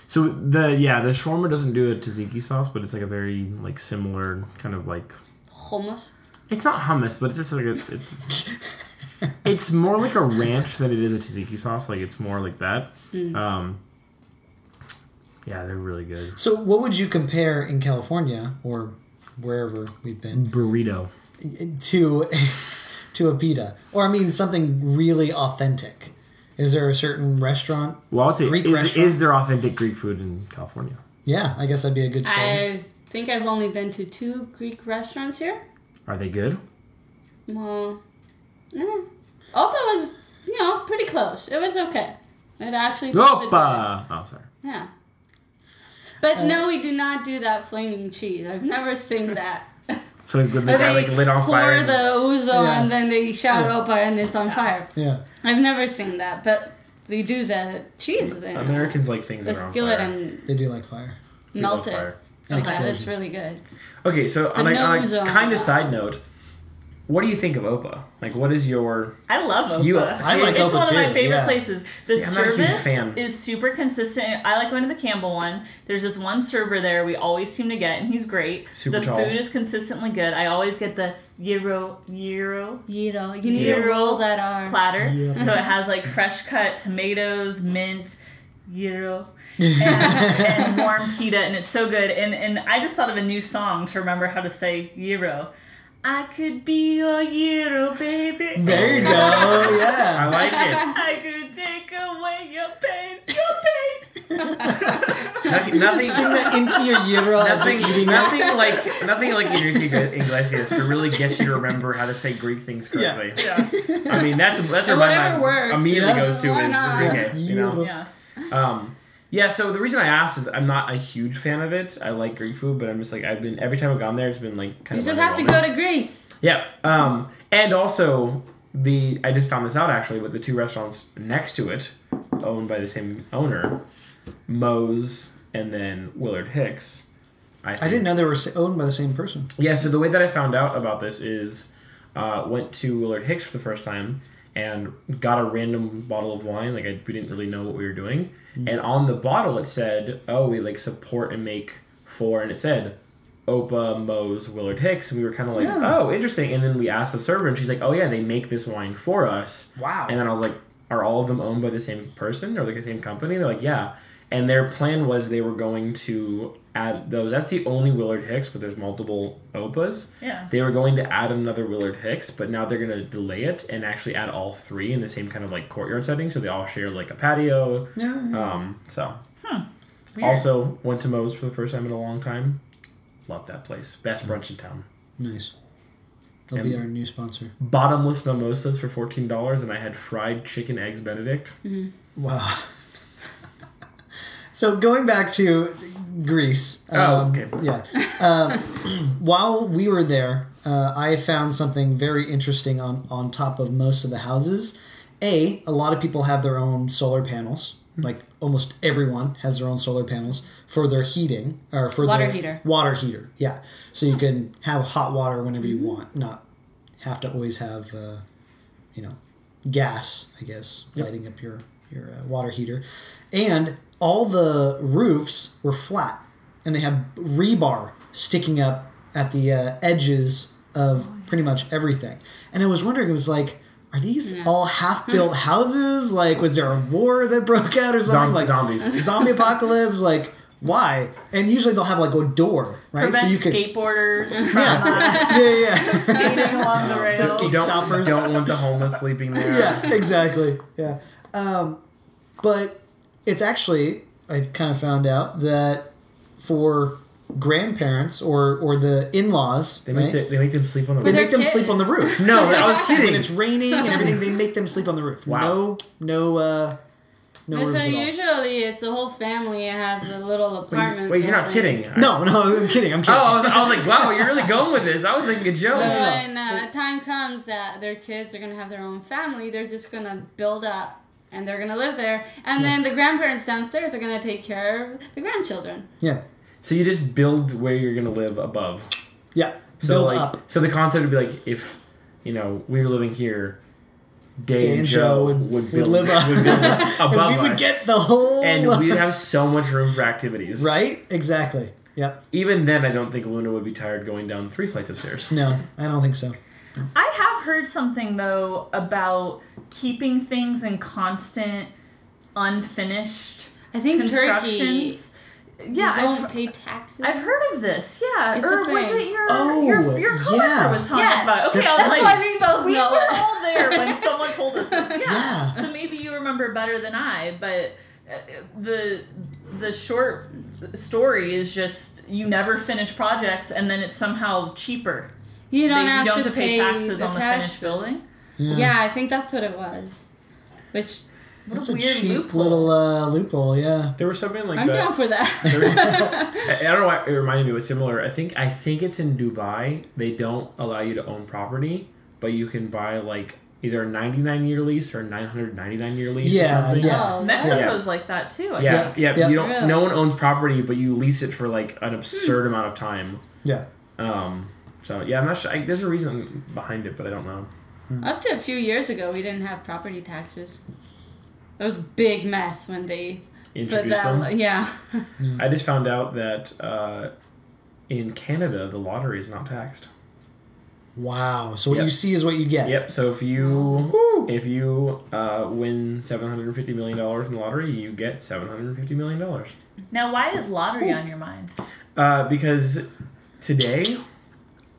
C: So the yeah the shawarma doesn't do a tzatziki sauce, but it's like a very like similar kind of like
B: Hummus.
C: it's not hummus, but it's just like a, it's it's more like a ranch than it is a tzatziki sauce. Like it's more like that. Um, yeah, they're really good
D: So, what would you compare in California or wherever we've been
C: burrito.
D: to to a pita, or I mean something really authentic? Is there a certain restaurant?
C: Well, I would say
D: Greek
C: is,
D: restaurant.
C: is there authentic Greek food in California?
D: Yeah, I guess that'd be a good story.
B: I think I've only been to two Greek restaurants here.
C: Are they good?
B: Well, eh. Opa was, you know, pretty close. It was okay. It actually tasted good.
C: Opa! Oh, sorry.
B: Yeah.
D: Uh,
B: But no, we do not do that flaming cheese. I've never seen that.
C: So when the guy
B: they
C: like lit on
B: pour
C: fire,
B: the ouzo
D: Yeah.
B: and then they shout
D: Yeah.
B: opa and it's on fire.
D: Yeah.
B: I've never seen that, but they do that at cheese. in, uh,
C: Americans like things
B: The
C: that are on
B: skillet
C: fire.
B: and
D: They do like fire.
C: We love
B: melt it.
C: fire.
B: Like that.
D: Explosions.
B: That's really good.
C: Okay, so on a, on
B: nose
C: a
B: on
C: kind
B: top.
C: of side note, what do you think of Opa? Like, what is your
A: I love Opa.
C: You-
D: I like
A: it's
D: Opa
A: one of my
D: too,
A: favorite
D: yeah.
A: places. The
C: See, I'm not a huge
A: service
C: fan.
A: is super consistent. I like going to the Campbell one. There's this one server there we always seem to get, and he's great.
C: Super
A: the
C: tall.
A: food is consistently good. I always get the gyro gyro
B: You know, you need to
A: Yeah.
B: roll that R.
A: platter.
D: Yeah.
A: So it has like fresh cut tomatoes, mint, gyro, and, and warm pita, and it's so good. And and I just thought of a new song to remember how to say gyro. I could be your gyro, baby.
D: There you go.
C: I
D: Yeah.
C: like it.
A: I could take away your pain, your pain.
C: Nothing, nothing,
D: Sing that into your uterus as you're
C: nothing,
D: eating it.
C: nothing like nothing like Enrique Iglesias to really get you to remember how to say Greek things
D: Yeah.
C: correctly.
A: Yeah,
C: I mean, that's that's where
B: And
C: my
B: whatever
C: mind
B: works.
C: immediately
D: Yeah.
C: goes to
B: Why
C: is
B: not?
C: Enrique. You know,
A: yeah.
C: um, yeah. So the reason I asked is I'm not a huge fan of it. I like Greek food, but I'm just like I've been every time I've gone there, it's been like kind
B: You
C: of.
B: just have to go to Greece.
C: Yeah. Um, and also the I just found this out actually, but the two restaurants next to it, owned by the same owner, Moe's and then Willard Hicks.
D: I
C: think-
D: didn't know they were s- owned by the same person.
C: Yeah. So the way that I found out about this is, uh, went to Willard Hicks for the first time and got a random bottle of wine. Like I, we didn't really know what we were doing, and on the bottle it said, "Oh, we like support and make for," and it said. Opa, Moe's, Willard Hicks, and we were kind of like,
D: Yeah.
C: oh, interesting. And then we asked the server, and she's like, oh, yeah, they make this wine for us.
D: Wow.
C: And then I was like, are all of them owned by the same person or like the same company? They're like, yeah. And their plan was they were going to add those. That's the only Willard Hicks, but there's multiple Opas.
A: Yeah.
C: They were going to add another Willard Hicks, but now they're going to delay it and actually add all three in the same kind of like courtyard setting. So they all share like a patio.
D: Yeah.
C: Um, so
A: Weird.
C: also went to Moe's for the first time in a long time. Love that place. Best brunch in town.
D: Nice. They'll be
C: And-
D: our new sponsor.
C: Bottomless mimosas for fourteen dollars, and I had fried chicken eggs Benedict.
D: Wow. so going back to Greece.
C: Oh,
D: um,
C: okay.
D: Yeah. Uh, while we were there, uh, I found something very interesting on, on top of most of the houses. A, a lot of people have their own solar panels.
C: Hmm.
D: Like almost everyone has their own solar panels for their heating or for
B: Water
D: their
B: heater.
D: Water heater, yeah. So you can have hot water whenever
B: Mm-hmm.
D: you want, not have to always have, uh, you know, gas, I guess, lighting up your your uh, water heater, and all the roofs were flat, and they have rebar sticking up at the uh, edges
A: Oh,
D: of pretty much everything. And I was wondering, it was like, are these all half built houses? Like, was there a war that broke out or something?
C: Zom-
D: like
C: zombies.
D: zombie apocalypse? Like. Why? And usually they'll have like a door, right?
A: Prevent
D: so you can
A: skateboarders from
D: yeah, yeah, yeah.
A: uh, skating along the rails.
D: Skate-
C: You don't,
D: Stompers.
C: don't want the homeless sleeping there.
D: yeah, exactly. Yeah. Um, but it's actually, I kind of found out that for grandparents or, or the in laws,
C: They make,
D: they,
C: the, they make them sleep on the
B: their
C: roof.
D: make them
B: kids.
D: sleep on the roof.
C: No, I was
D: When
C: kidding.
D: it's raining and everything, they make them sleep on the roof.
C: Wow.
D: No, no, uh, no roofs
B: so
C: uh,
D: at all.
B: usually it's a whole family that has a little apartment.
C: Wait, you're not
B: building.
C: kidding.
D: No, no, I'm kidding. I'm
C: Oh,
D: kidding.
C: I was, I was like, wow, you're really going with this. I was thinking a joke.
D: No, no, no.
B: When uh, time comes that their kids are gonna have their own family, they're just gonna build up and they're gonna live there, and then the grandparents downstairs are gonna take care of the grandchildren.
D: yeah,
C: So you just build where you're gonna live above.
D: yeah.
C: So
D: Build
C: like,
D: up.
C: so the concept would be like if you know we were living here, Day,
D: Dan
C: and Joe
D: would,
C: would,
D: would
C: build,
D: live up.
C: would build above
D: and we would
C: us,
D: get the whole.
C: and we'd have so much room for activities.
D: right? Exactly. Yep.
C: Even then, I don't think Luna would be tired going down three flights of stairs.
D: No, I don't think so.
A: I have heard something though about keeping things in constant, unfinished
B: I think Turkey.
A: constructions. Yeah,
B: you don't
A: I've,
B: pay taxes.
A: I've heard of this. Yeah,
B: It's a
A: or was
B: thing.
A: it your
D: Oh,
A: your, your coworker
D: yeah.
A: was telling us
B: yes,
A: about? It. Okay,
D: That's
A: I was like,
B: that's
D: right.
B: why we both
A: we were
B: know it.
A: all there when someone told us this.
D: Yeah.
A: Yeah. So maybe you remember better than I, but uh, the the short story is just you never finish projects and then it's somehow cheaper.
B: You
A: That
B: don't
A: you
B: have
A: don't
B: to,
A: have to pay, taxes on the
B: tax.
A: finished building.
B: Yeah, I think that's what it was. Which
A: What
D: That's
A: a
D: a
A: weird
D: cheap
A: loophole.
D: little uh, loophole, yeah.
C: There was something like
B: I'm
C: that.
B: down for that.
C: There was- I, I don't know why it reminded me of what's similar. I think I think it's in Dubai. They don't allow you to own property, but you can buy like either a 99 year lease or a 999 year lease.
D: Yeah,
C: or something.
D: yeah.
B: Oh,
A: Mexico's like that too. I
C: Yeah,
A: think.
C: yeah,
D: Yep.
C: You don't.
B: Really? Hmm.
C: No one owns property, but you lease it for like an absurd amount of time.
D: Yeah.
C: Um, so yeah, I'm not sure. I, there's a reason behind it, but I don't know.
B: Up to a few years ago, we didn't have property taxes. It was a big mess when they put
C: Introduce
B: that.
C: them.
B: Yeah.
C: I just found out that uh, in Canada, the lottery is not taxed.
D: Wow. So what
C: Yep.
D: you see is what you get.
C: Yep. So if you if you uh, win seven hundred fifty million dollars in the lottery, you get seven hundred fifty million dollars.
A: Now, why is lottery on your mind?
C: Uh, because today,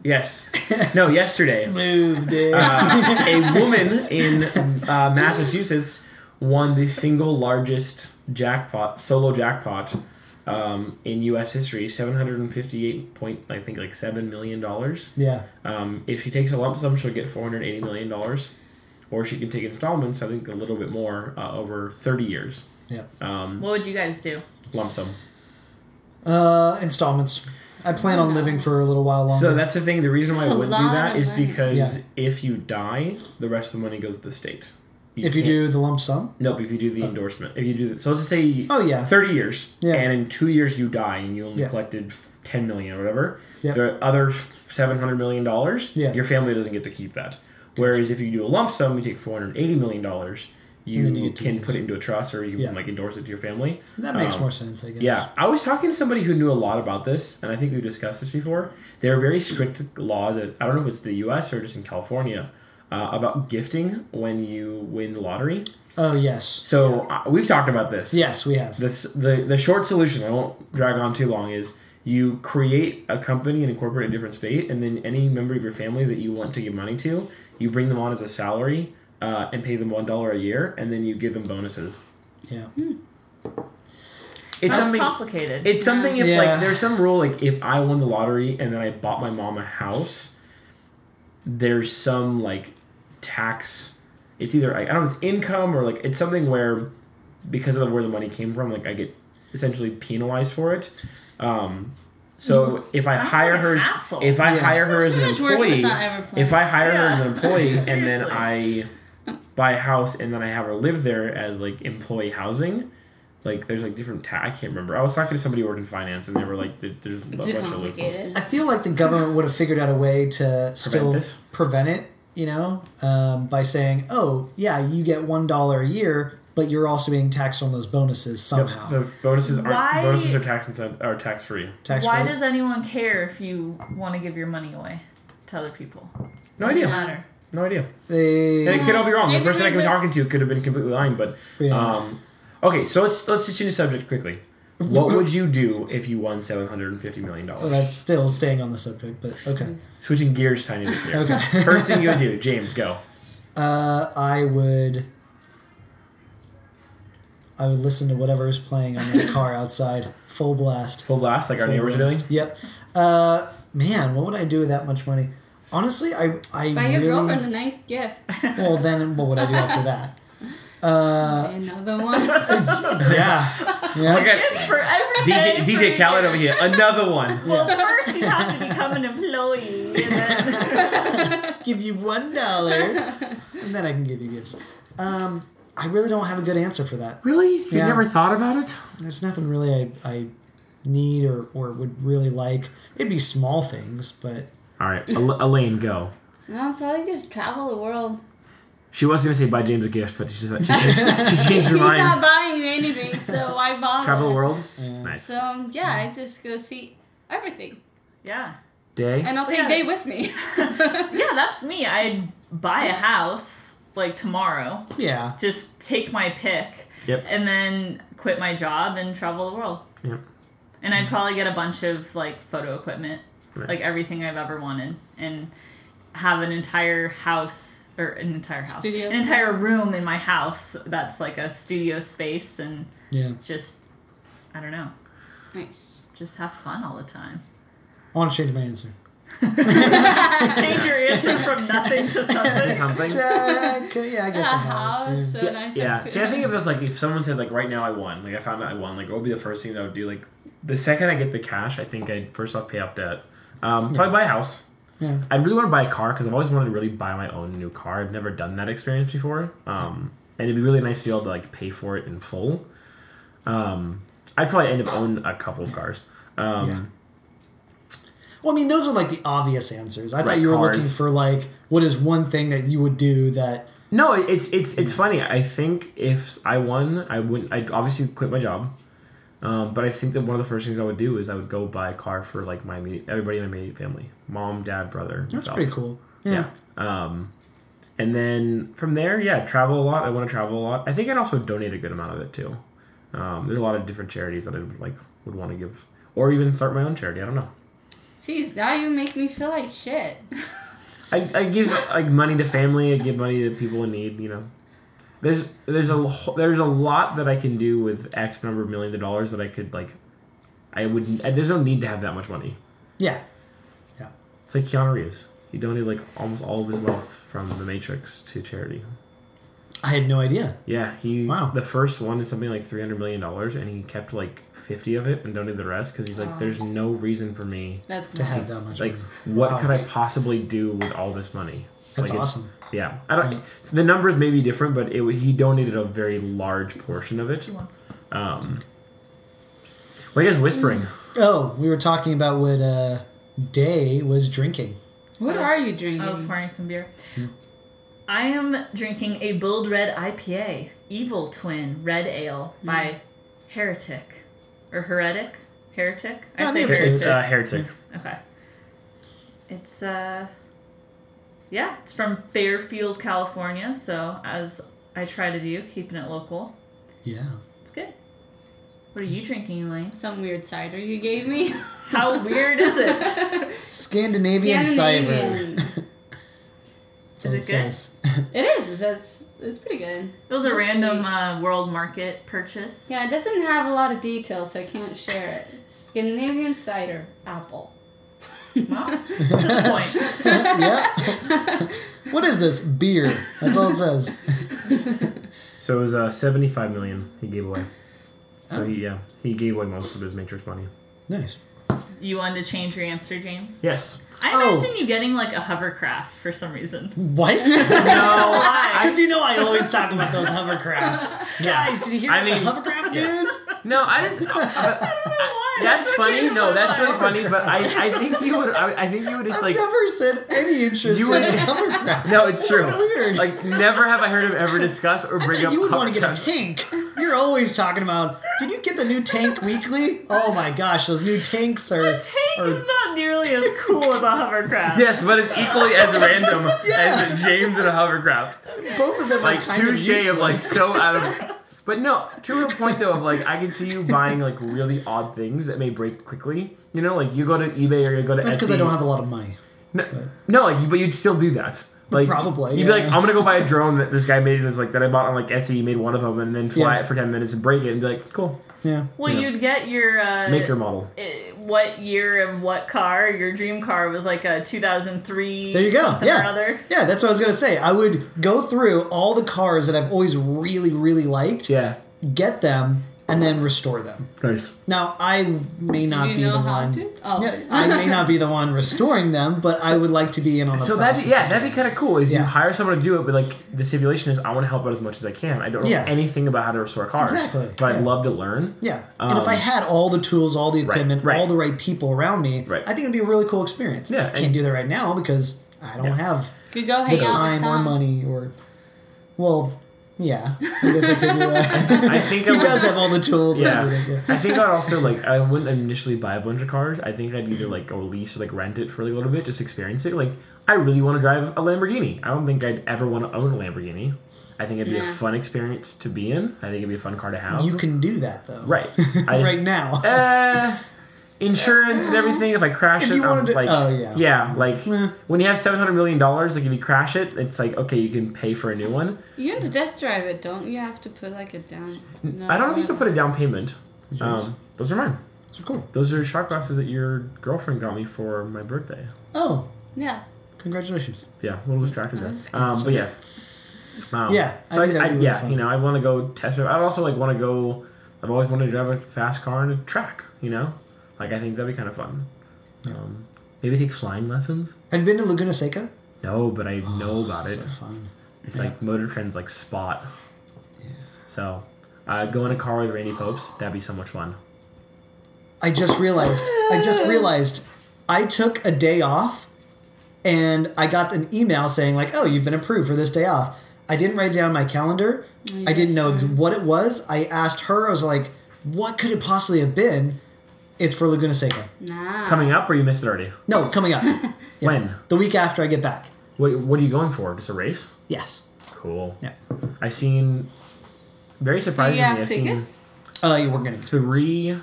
C: yes, no, yesterday,
D: Smooth, dude.
C: uh, a woman in uh, Massachusetts won the single largest jackpot, solo jackpot, um, in U.S. history, seven hundred fifty-eight point, I think, like seven million dollars.
D: yeah.
C: Um, if she takes a lump sum, she'll get four hundred eighty million dollars, or she can take installments. I think a little bit more uh, over thirty years.
D: Yep.
C: Um,
A: What would you guys do?
C: lump sum.
D: Uh, installments. I plan on living for a little while longer.
C: So that's the thing. The reason why I
B: That's a
C: wouldn't do
B: lot
C: that
B: of
C: is
B: money.
C: because
D: Yeah.
C: if you die, the rest of the money goes to the state.
D: if you
C: can't-
D: do the lump sum.
C: nope. If you do the endorsement, if you do, the, so let's just say,
D: Oh, yeah.
C: thirty years,
D: Yeah.
C: and in two years you die, and you only
D: Yeah.
C: collected ten million or whatever.
D: Yep.
C: The other seven hundred million dollars,
D: Yeah.
C: your family doesn't get to keep that. Whereas if you do a lump sum, you take four hundred eighty million dollars. You,
D: then you get to
C: can
D: use
C: put it into a trust, or you
D: Yeah.
C: can like endorse it to your family.
D: That makes
C: Um,
D: more sense, I guess.
C: yeah, I was talking to somebody who knew a lot about this, and I think we discussed this before. There are very strict laws. That, I don't know if it's the U.S. or just in California uh, about gifting when you win the lottery.
D: Oh, yes.
C: So uh, we've talked about this.
D: Yes, we have.
C: This the the short solution. I won't drag on too long. Is you create a company and incorporate a different state, and then any member of your family that you want to give money to, you bring them on as a salary uh, and pay them one dollar a year, and then you give them bonuses.
D: Yeah.
A: Hmm.
C: It's
A: That's
C: something
A: complicated.
C: It's something if
D: Yeah.
C: like there's some rule like if I won the lottery and then I bought my mom a house, there's some like tax. It's either like, I don't know, it's income or like it's something where because of where the money came from, like I get essentially penalized for it. Um, so if I
A: Sounds
C: hire
A: like a
C: her, as,
A: hassle.
C: if I
D: Yeah.
C: hire her
B: Too
C: as an
B: much work that's
C: employee,
B: not ever planned.
C: if I hire her
A: Yeah.
C: as an employee and then
A: Seriously.
C: I buy a house and then I have her live there as like employee housing, like there's like different ta- I can't remember. I was talking to somebody who worked in finance and they were like, there- there's a bunch
B: Too
C: of loopholes.
B: complicated.
D: I feel like the government would have figured out a way to still
C: this?
D: prevent it, you know, um, by saying, oh, yeah, you get $1 a year, but you're also being taxed on those bonuses
C: Yep,
D: somehow.
C: so bonuses aren't
A: Why-
C: bonuses are tax incent- are tax free.
D: Tax
A: Why
D: rate.
A: does anyone care if you want to give your money away to other people?
C: No
A: Doesn't
C: idea.
A: matter.
C: No idea.
D: they,
C: And it could all be wrong. The
B: Maybe
C: person I could be
B: they're just-
C: talking to could have been completely lying, but
D: Yeah.
C: um, okay. So let's let's just change the subject quickly. What would you do if you won seven hundred and fifty million
D: Well,
C: dollars?
D: Oh, that's still staying on the subject, but okay.
C: Switching gears, tiny bit here.
D: Okay.
C: First thing you would do, James, go.
D: Uh, I would. I would listen to whatever is playing on that car outside, full blast.
C: Full blast, like our
D: Full
C: neighbors are doing.
D: blast. Yep. Uh, man, what would I do with that much money? Honestly, I I
B: Buy your
D: really.
B: girlfriend a nice gift.
D: Well, then what would I do after that? Uh,
B: Another one.
D: yeah,
C: Look
D: yeah.
C: at
A: For every
C: DJ
A: day for a
C: DJ Khaled
A: year.
C: over here. Another one.
A: Well, first you have to become an employee, and then
D: Give you one dollar, and then I can give you gifts. Um, I really don't have a good answer for that.
C: Really? You
D: Yeah. never
C: thought about it?
D: There's nothing really I, I need or, or would really like. It'd be small things, but
C: All right, Al- Elaine, go.
B: no, probably just travel the world.
C: She was gonna say buy James a gift, but she just she changed, she changed her
B: He's not
C: mind.
B: buying me anything, so why bother?
C: Travel the world.
D: Yeah.
C: Nice.
B: So um, yeah, I just go see everything,
A: yeah,
C: Day.
B: and I'll take
A: Yeah.
B: Day with me.
A: yeah, that's me. I'd buy a house like tomorrow,
D: yeah.
A: just take my pick,
C: Yep.
A: and then quit my job and travel the world.
C: Yep.
A: And I'd probably get a bunch of like photo equipment,
C: Nice.
A: like everything I've ever wanted, and have an entire house or an entire house,
B: Studio.
A: an entire room in my house that's like a studio space, and
D: Yeah.
A: just I don't know,
B: nice.
A: just have fun all the time.
D: I want to change my answer.
A: Change your answer from nothing to something.
C: something.
D: Uh, yeah, I guess
B: a
D: a house.
B: house.
D: yeah.
B: So nice.
C: Yeah. See, I think if it's like if someone said like right now I won, like I found out I won, like what would be the first thing that I would do? Like the second I get the cash, I think I'd first off pay off debt. Um, probably buy a house.
D: Yeah.
C: I really want to buy a car because I've always wanted to really buy my own new car. I've never done that experience before, um, and it'd be really nice to be able to like pay for it in full. Um, I'd probably end up owning a couple of cars. Um,
D: Yeah. Well, I mean, those are like the obvious answers. I thought
C: Right,
D: you were looking
C: cars.
D: for like what is one thing that you would do that.
C: No, it- it's it's it's
D: Hmm.
C: funny. I think if I won, I wouldn't. I'd obviously quit my job. Um, but I think that one of the first things I would do is I would go buy a car for like my immediate, everybody in my immediate family, mom, dad, brother.
D: That's
C: myself.
D: pretty cool. Yeah.
C: Yeah. Um, and then from there, yeah, travel a lot. I want to travel a lot. I think I'd also donate a good amount of it too. Um, there's a lot of different charities that I would like would want to give, or even start my own charity. I don't know.
B: Jeez, now you make me feel like shit.
C: I, I give like money to family. I give money to people in need. You know, there's there's a lo- there's a lot that I can do with X number of millions of dollars that I could like. I would. There's no need to have that much money.
D: Yeah. Yeah.
C: It's like Keanu Reeves. He donated like almost all of his wealth from The Matrix to charity.
D: I had no idea.
C: Yeah, he.
D: Wow.
C: The first one is something like three hundred million dollars, and he kept like fifty of it and donated the rest because he's like, there's no reason for me.
B: That's
D: To have
B: nice.
D: that much
C: Like,
D: money.
C: what
D: Wow.
C: could I possibly do with all this money?
D: That's
C: Like, it's-
D: awesome.
C: Yeah, I don't. The numbers may be different, but it, he donated a very large portion of it.
A: She wants-
C: Um, what are you guys whispering?
D: Oh, we were talking about what uh, Day was drinking.
B: What
A: I was-
B: are you drinking?
A: I was pouring some beer. I am drinking a Build Red IPA, Evil Twin Red Ale by Heretic. Or Heretic? Heretic?
D: Yeah, I
A: say
D: think
C: Here- It's
A: Heretic.
C: uh, heretic.
A: Okay. It's uh yeah, it's from Fairfield, California, so as I try to do, keeping it local.
D: Yeah.
A: It's good. What are you drinking, Elaine?
B: Some weird cider you gave me.
A: How weird is it?
D: Scandinavian,
B: Scandinavian.
D: cider. That's all
A: Is it
D: it
A: good?
D: says.
B: It is. That's it's pretty good.
A: It was a
B: Let's
A: random
B: see.
A: uh, world market purchase.
B: Yeah, it doesn't have a lot of detail, so I can't share it. Scandinavian cider, apple.
A: Well, to the point.
D: yeah. what is this? Beer. That's all it says.
C: So it was uh, seventy-five million he gave away. So he, yeah, he gave away most of his Matrix money.
D: Nice.
A: You wanted to change your answer, James?
C: Yes.
A: I
D: Oh.
A: imagine you getting like a hovercraft for some reason.
D: What?
C: No. I-
D: Because you know I always talk about those hovercrafts. Guys, did you hear
C: I
D: about
C: mean,
D: the hovercraft
C: yeah.
D: news?
C: No, I just. uh,
A: Why?
C: that's funny. No, that's really
D: Hovercraft.
C: funny. But I, I think you would. I, I think you would just like.
D: I've never said any interest
C: You
D: in
C: would-
D: hovercraft.
C: No, it's true.
D: weird.
C: Like never have I heard him ever discuss or
D: I
C: bring
D: thought
C: up.
D: you would want to get a
C: hovercraft.
D: tank. You're always talking about. Did you get the new tank weekly? Oh my gosh, those new tanks are.
A: A tank
D: are-
A: is not nearly as cool as a hovercraft.
C: Yes, but it's equally as random
D: Yeah.
C: as James and a hovercraft.
D: both of them
C: Like
D: are kind of
C: touche of like
D: useless.
C: so out of. But no, to your point though of like I can see you buying like really odd things that may break quickly. You know, like you go to eBay or you go to
D: That's
C: Etsy.
D: because I don't have a lot of money.
C: No, no like, you- but you'd still do that. Like
D: Probably,
C: you'd
D: yeah.
C: be like, I'm gonna go buy a drone that this guy made. It was like that I bought on like Etsy. He made one of them and then fly
D: Yeah.
C: it for ten minutes and break it and be like, cool,
D: Yeah.
A: Well,
C: Yeah.
A: you'd get your uh,
C: make your model.
A: uh, what year of what car? Your dream car was like a 2003.
D: There you go.
A: something Or
D: Yeah.
A: other.
D: Yeah, that's what I was going to say. I would go through all the cars that I've always really, really liked,
C: Yeah,
D: get them, and then restore them.
C: nice.
D: Now, I may not
B: you
D: be
B: know
D: the
B: how
D: one.
B: to? Oh.
D: Yeah, I may not be the one restoring them, but I would like to be in on the
C: So
D: process.
C: that yeah, that'd be kind of cool. Is
D: Yeah.
C: you hire someone to do it, but like the stipulation is I want to help out as much as I can. I don't know
D: Yeah.
C: anything about how to restore cars,
D: Exactly,
C: but I'd
D: yeah.
C: love to learn.
D: Yeah, and if I
C: Um,
D: had all the tools, all the equipment,
C: right.
D: all the right people around me,
C: Right.
D: I think it'd be a really cool experience.
C: Yeah,
D: I
C: and-
D: can't do that right now because I don't
C: Yeah.
D: have
B: Could go
D: the
B: hang out with
D: time or
B: Tom.
D: money or. Well, yeah, I guess I could do that.
C: I think I
D: he
C: would,
D: does have all the tools. and
C: Yeah.
D: everything, yeah.
C: I think I'd also like I wouldn't initially buy a bunch of cars. I think I'd either like go lease or like rent it for like, a little bit, just experience it. Like I really want to drive a Lamborghini. I don't think I'd ever want to own a Lamborghini. I think it'd be
B: Nah.
C: a fun experience to be in. I think it'd be a fun car to have.
D: You can do that though.
C: right. I just-
D: right now.
C: uh, insurance and everything. If I crash
D: If
C: it,
D: you
C: I'm
D: wanted to-
C: like,
D: oh, yeah.
C: like
D: Yeah.
C: when you have seven hundred million dollars, like if you crash it, it's like okay, you can pay for a new one.
B: You have to test drive it, don't you? Have to put like a down. No,
C: I don't know if you can put a down payment. Um, those are mine.
D: Those are cool.
C: Those are shot glasses that your girlfriend got me for my birthday.
D: Oh,
B: Yeah.
D: congratulations.
C: Yeah, a little distracted there.
B: Nice.
C: Um, but yeah. Um,
D: Yeah, I
C: so I,
D: think that'd
C: I,
D: be really
C: yeah,
D: fun.
C: you know, I want to go test drive. I also like want to go. I've always wanted to drive a fast car on a track. You know, like I think that'd be kind of fun. Um, maybe take flying lessons.
D: Have you been to Laguna Seca?
C: No, but I know about it.
D: Oh, So fun.
C: It's like Motor Trend's like spot. So, uh, go in a car with Randy Popes. That'd be so much fun.
D: I just realized. I just realized. I took a day off, and I got an email saying like, "Oh, you've been approved for this day off." I didn't write down my calendar. I didn't know ex- what it was. I asked her. I was like, "What could it possibly have been?" It's for Laguna Seca.
B: Nah.
C: Coming up, or you missed it already?
D: No, coming up. Yeah.
C: When?
D: The week after I get back.
C: What What are you going for? Just a race?
D: Yes.
C: Cool.
D: Yeah.
C: I seen. Very
B: Do
C: surprisingly,
B: you have
C: I've seen.
B: tickets?
D: Oh, you were getting
C: three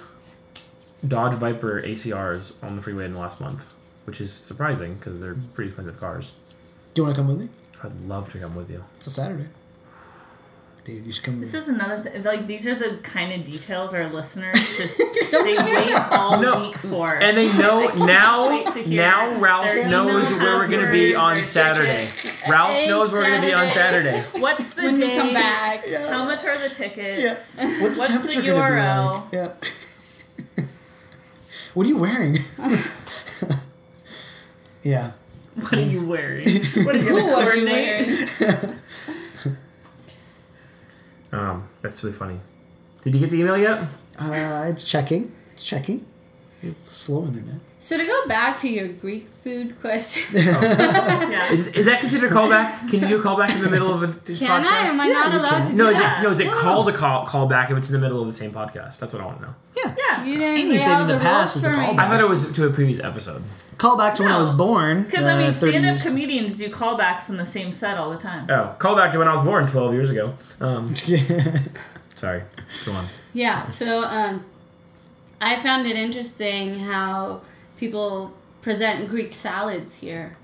C: Dodge Viper ACRs on the freeway in the last month, which is surprising because they're pretty expensive cars.
D: Do you want to come with me?
C: I'd love to come with you.
D: It's a Saturday. Dude, you should come.
A: This is another thing. Like these are the kind of details our listeners just they wait all
C: No.
A: week for.
C: And they know now.
A: wait to hear
C: Now Ralph
A: their
C: knows
A: email
C: where we're gonna be
A: password,
C: on
A: their
C: Saturday.
A: tickets.
C: Ralph
B: Hey,
C: knows where we're gonna be on
B: Saturday.
C: Saturday.
A: What's the
B: When
A: date?
B: we come back.
A: How much are the tickets?
D: Yeah. What's, the temperature going to be like? Yeah. what are you wearing? yeah.
A: What are you wearing? What are you
B: Who
A: gonna
B: are you
A: coordinate?
B: wearing?
C: Um, that's really funny. Did you get the email yet?
D: Uh, it's checking. It's checking. You have slow internet.
B: So to go back to your Greek food question,
A: Yeah.
C: Is, is that considered a callback? Can you do a callback in the middle of a podcast?
B: can I? Am I
D: Yeah,
B: not
D: you
B: allowed
D: can.
B: to?
C: no, is
A: Yeah.
C: it no? Is it
D: No.
C: called a call callback if it's in the middle of the same podcast? That's what I want to know.
D: Yeah.
A: Yeah.
B: You didn't lay
D: Anything
B: out
D: in the
B: the
D: past
B: rules
D: is a
B: for me.
C: I
D: callback.
C: thought it was to a previous episode.
D: Call back to when I
A: No.
D: was born.
A: Because I
D: uh,
A: mean,
D: 30
A: stand-up
D: years-
A: comedians do callbacks in the same set all the time.
C: Oh, call back to when I was born 12 years ago. Um, sorry. Go on.
B: Yeah. So um, I found it interesting how people present Greek salads here,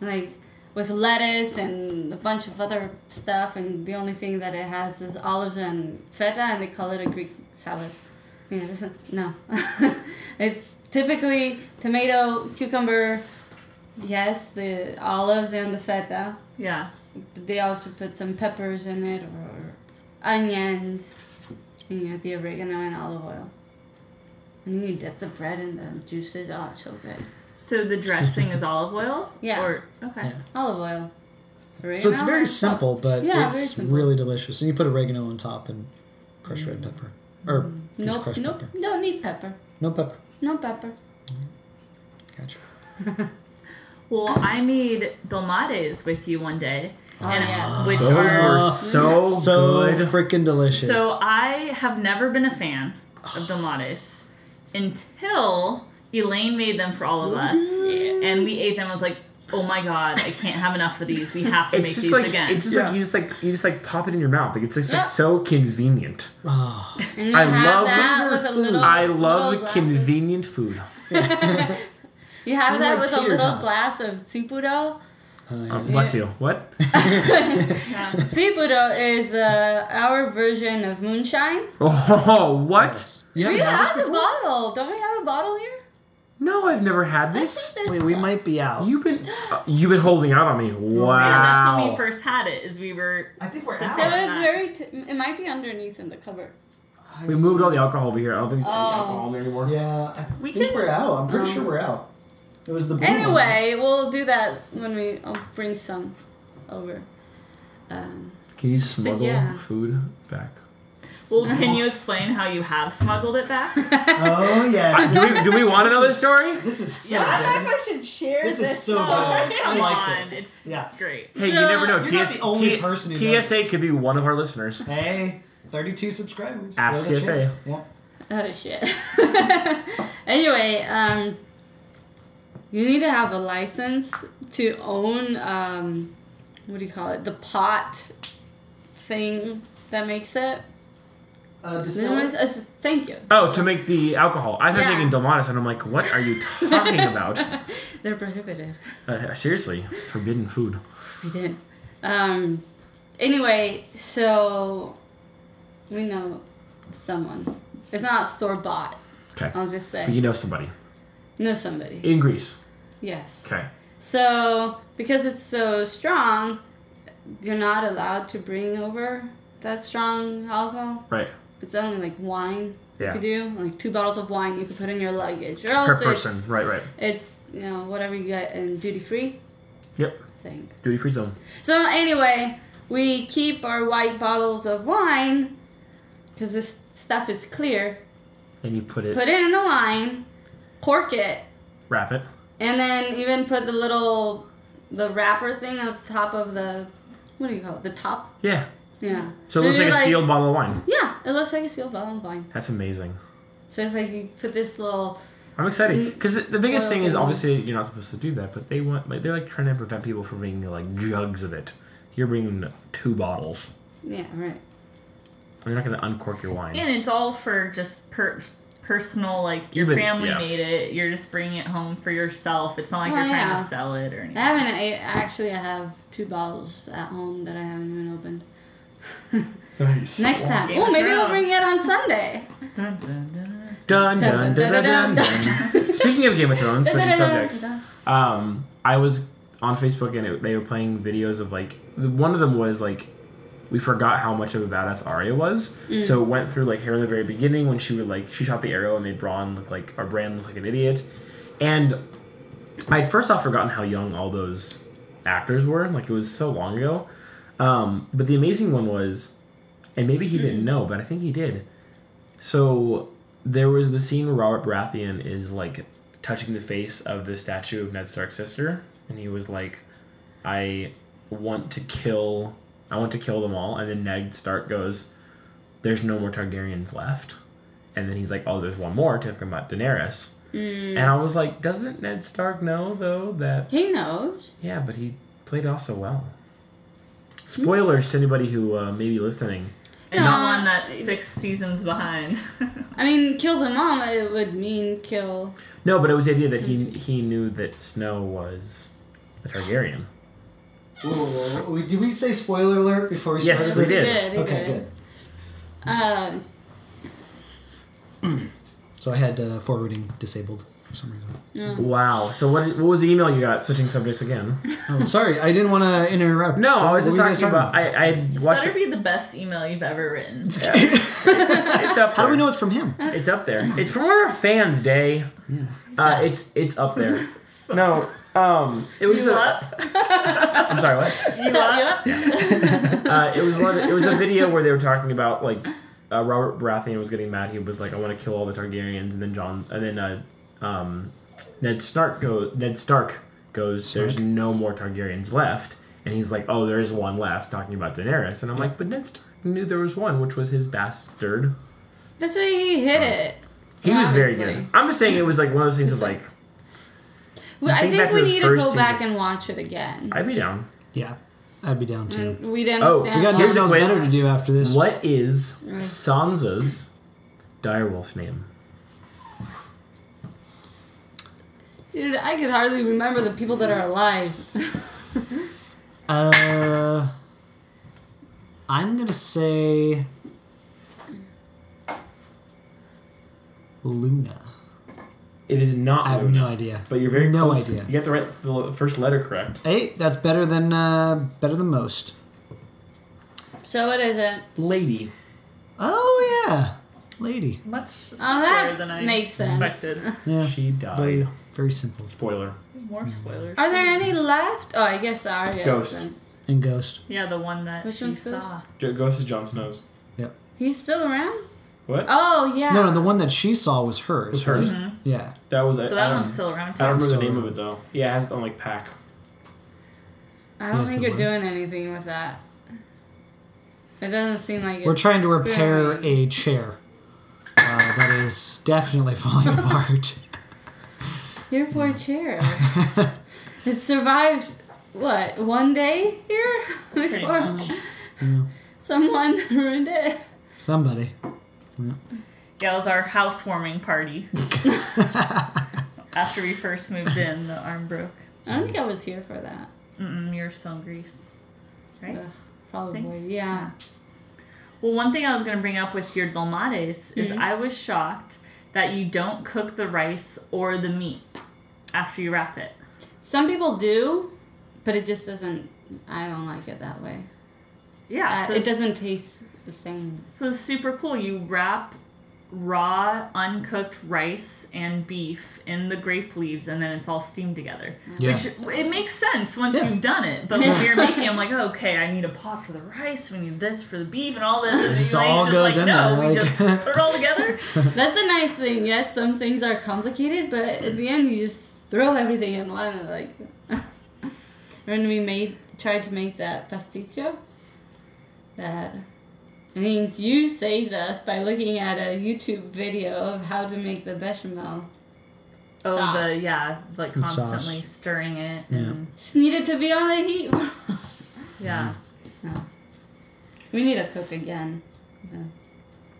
B: like with lettuce and a bunch of other stuff, and the only thing that it has is olives and feta, and they call it a Greek salad. Yeah, this is, no. it's typically tomato, cucumber. Yes, the olives and the feta.
A: Yeah.
B: But they also put some peppers in it or onions. And you have the oregano and olive oil. And then you dip the bread in the juices. Oh, it's so good.
A: So the dressing is olive oil.
B: Yeah.
A: Or okay.
D: Yeah.
B: Olive oil. Oregano.
D: So it's very
B: and salt.
D: simple, but
B: Yeah,
D: it's
B: very simple.
D: really delicious. And you put oregano on top and crushed red pepper. Or just
B: Nope,
D: crushed
B: nope.
D: pepper.
B: Don't need pepper.
D: No pepper.
B: No pepper.
D: Gotcha.
A: Well, I made dolmades with you one day,
B: Oh,
A: and
B: yeah.
A: which
C: Those
A: are
C: were so,
D: So
C: Oh, good.
D: freaking delicious.
A: So I have never been a fan of Domates until Elaine made them for all of us, and we ate them. I was like, "Oh my god, I can't have enough of these. We have to make
C: It's just
A: these
C: like
A: again."
C: it's just
D: Yeah.
C: like you just like you just like pop it in your mouth. Like it's just like
B: Yeah.
C: so convenient.
D: Oh,
B: And you
C: I
B: have
C: love
B: that
D: the-
B: with a little.
C: I love
B: little
C: the
B: glass of-
C: convenient food.
B: You have
D: Seem
B: that
D: like
B: with a
D: tater
B: little
D: tots.
B: glass of tsipuro.
D: uh,
C: Oh, bless you. What?
A: Yeah.
B: Tsipuro is uh, our version of moonshine.
C: Oh, what?
D: You
B: We
D: haven't had this
B: have the bottle. Don't we have a bottle here?
C: No, I've never had
B: I
C: this.
B: think
D: Wait,
B: there's.
D: we might be out.
C: You've been uh, you've been holding out on me.
B: Oh,
C: Wow.
A: Yeah, that's when we first had it. Is we were
D: I think we're
B: So
D: out.
B: it's very. T- it might be underneath in the cupboard.
C: We moved all the alcohol over here. I don't think there's
B: Oh.
C: any alcohol in there anymore.
D: Yeah, I
A: We
D: think
A: can-
D: we're out. I'm pretty
B: Oh.
D: sure we're out. It was the blue one.
B: Anyway, we'll do that when we. I'll bring some over. Um,
C: Can you smuggle
B: yeah.
C: food back?
A: well. Can you explain how you have smuggled it back?
D: Oh yes,
C: do we, do we want to know this story?
D: this is so good.
B: I should share
D: This is so good. I
A: Come
D: like
A: on,
D: this.
A: it's
D: Yeah.
A: it's great.
C: Hey, you
B: So,
C: never know.
B: you're
D: not
C: TS-
D: the only
C: T-
D: person who does
C: TSA could be one of our listeners.
D: Hey, 32 subscribers.
C: Ask
D: There's a
C: TSA.
D: chance. Yeah.
B: Oh shit. anyway, um, you need to have a license to own um, what do you call it? The pot thing that makes it.
D: Uh, distiller?
B: Uh, Thank you.
C: Oh, to make the alcohol. I thought
B: Yeah.
C: thinking Delmontis, and I'm like, what are you talking about?
B: They're prohibited.
C: Uh, seriously, forbidden food.
B: We did. Um, anyway, so we know someone. It's not store bought.
C: Okay.
B: I'll just say.
C: But you know somebody
B: know somebody.
C: in Greece.
B: Yes.
C: Okay.
B: So, because it's so strong, you're not allowed to bring over that strong alcohol.
C: Right.
B: It's only like wine
C: Yeah.
B: you could do, like two bottles of wine you could put in your luggage. Or
C: Per
B: else it's,
C: person. Right. Right.
B: it's, you know, whatever you get in duty free
C: Yep.
B: thing.
C: Duty free zone.
B: So, anyway, we keep our white bottles of wine because this stuff is clear.
C: And you put it,
B: Put it in the wine, cork it,
C: wrap it.
B: And then even put the little the wrapper thing on top of the what do you call it? The top?
C: Yeah.
B: Yeah.
C: So, it looks
B: you're
C: like a sealed bottle of wine.
B: Yeah, it looks like a sealed bottle of wine.
C: That's amazing.
B: So it's like you put this little
C: I'm excited because the biggest thing is
B: Mm. Well,
C: obviously you're not supposed to do that, but they want like they're like trying to prevent people from bringing like jugs of it. You're bringing two bottles.
B: Yeah, right.
C: You're not going to uncork your wine.
A: And it's all for just per- personal, like your
C: Even-
A: family
C: yeah.
A: made it. You're just bringing it home for yourself. It's not like
B: Oh,
A: you're trying
B: yeah.
A: to sell it or
B: I
A: anything.
B: haven't I actually I have two bottles at home that I haven't even opened.
C: Nice.
B: Next time.
A: Game
B: Oh
A: of
B: maybe I'll bring
A: Thrones.
B: it on Sunday.
A: Dun, dun, dun.
C: Dun dun dun dun dun. dun. Speaking of Game of Thrones, switching subjects. Um, I was on Facebook and it, they were playing videos of like the- one of them was like we forgot how much of a badass Arya was, so it went through like here in the very beginning when she would like she shot the arrow and made Braun look like or Bran look like an idiot, and I had first off forgotten how young all those actors were, like it was so long ago. Um, but the amazing one was, and maybe he didn't know, but I think he did. So there was the scene where Robert Baratheon is like touching the face of the statue of Ned Stark's sister, and he was like, "I want to kill, I want to kill them all." And then Ned Stark goes, "There's no more Targaryens left," and then he's like, "Oh, there's one more." Talking about Daenerys, and I was like, "Doesn't Ned Stark know though that?"
B: He knows.
C: Yeah, but he played also well. Spoilers to anybody who uh, may be listening.
A: And
B: No,
A: not one that's six seasons behind.
B: I mean kill the mom it would mean kill
C: No, but it was the idea that he he knew that Snow was a Targaryen.
D: Whoa, whoa, whoa. Did we say spoiler alert before we
C: Yes,
D: started?
C: we
D: this?
C: did.
B: he
D: Okay,
B: did.
D: good.
B: Um
D: So I had uh, forwarding disabled for some reason.
C: Wow. So what what was the email you got? Switching subjects again.
D: Oh, sorry, I didn't want to interrupt.
C: No, I was
D: What
C: just
D: were you guys
C: talking about. I I had watched.
A: Better be
C: it-
A: the best email you've ever written.
C: It's up. There.
D: How do we know it's from him?
C: It's up there. It's from one of our fans, Day. Uh, it's it's up there. No, um, it was.
A: You
C: A,
A: up?
C: I'm sorry. What?
A: You up?
C: uh, it was one. It was a video where they were talking about like uh, Robert Baratheon was getting mad. He was like, "I want to kill all the Targaryens," and then John, and then uh, um, Ned Stark go. Ned Stark goes. There's no more Targaryens left, and he's like, "Oh, there is one left." Talking about Daenerys, and I'm like, "But Ned Stark knew there was one, which was his bastard."
B: that's why he hit it.
C: He was very
B: Obviously.
C: good. I'm just saying it was like one of those things of like,
B: Well, I
C: think
B: think
C: back
B: we
C: to the
B: need to go
C: first
B: back
C: season.
B: and watch it again.
C: I'd be down.
D: Yeah, I'd be down too.
B: And we didn't
C: Oh,
B: understand.
D: We got
B: why.
C: here's
D: news
C: a
D: knows
C: quiz.
D: better to do after this.
C: What is Sansa's direwolf name?
B: Dude, I could hardly remember the people that are alive.
D: Uh, I'm gonna say Luna.
C: It is not.
D: I have
C: Luna.
D: no idea.
C: But you're very
D: no
C: close.
D: idea.
C: You get the right the first letter correct.
D: Hey, that's better than uh, better than most.
B: so what is it?
C: Lady.
D: Oh yeah, lady.
A: Much simpler
B: Oh, that
A: than I
B: makes sense.
A: expected.
D: Yeah,
C: She died.
D: very very simple.
C: Spoiler.
A: More spoilers.
B: Mm. Are there any left? Oh, I guess Arya.
C: Ghost.
B: since-
D: And ghost.
A: Yeah, the one that
B: Which
A: she
B: one's
A: saw.
B: Ghost?
C: J- Ghost is Jon Snow's.
D: Yep.
B: He's still around?
C: What?
B: Oh, yeah.
D: No, no, the one that she saw was hers.
C: Was hers.
D: right? Yeah.
C: That was it.
A: Mm-hmm. So
C: I
A: that
C: don't-
A: one's still around.
C: I don't
A: too.
C: remember the
D: Still
C: name of
D: around.
C: it though. Yeah, it has it on like pack.
B: I don't
D: Yes,
B: think
D: the
B: you're
D: one.
B: doing anything with that. It doesn't seem like
D: We're
B: it's
D: trying to repair
B: very-
D: a chair uh, that is definitely falling apart.
B: Your poor chair. it survived, what, one day here? Before
A: much.
B: someone ruined it.
D: Somebody.
A: Yeah, it was our housewarming party. After we first moved in, the arm broke.
B: I don't think I was here for that.
A: Mm-mm, you're so in Greece. Right?
B: Ugh, probably, yeah. Hmm?
A: Well, one thing I was going to bring up with your dolmades is I was shocked that you don't cook the rice or the meat after you wrap it.
B: Some people do, but it just doesn't. I don't like it that way.
A: Yeah,
B: Uh,
A: so
B: it doesn't taste the same.
A: So it's super cool. You wrap raw, uncooked rice and beef in the grape leaves, and then it's all steamed together.
D: Yeah.
A: Which it makes sense once
D: Yeah.
A: you've done it. But when you're making, I'm like, okay, I need a pot for the rice. We need this for the beef, and all this. And
D: just
A: you're
D: all
A: just
D: goes
A: like,
D: in
A: no,
D: there,
A: We
D: like-
A: just put it all together.
B: That's a nice thing. Yes, some things are complicated, but at the end, you just throw everything in one. Like when we made tried to make that pasticcio, that I think you saved us by looking at a YouTube video of how to make the bechamel.
A: Oh,
B: Sauce.
A: the yeah, like
D: And sauce.
A: constantly stirring it. And,
B: Just needed to be on the heat.
A: yeah.
B: no, we need to cook again. uh,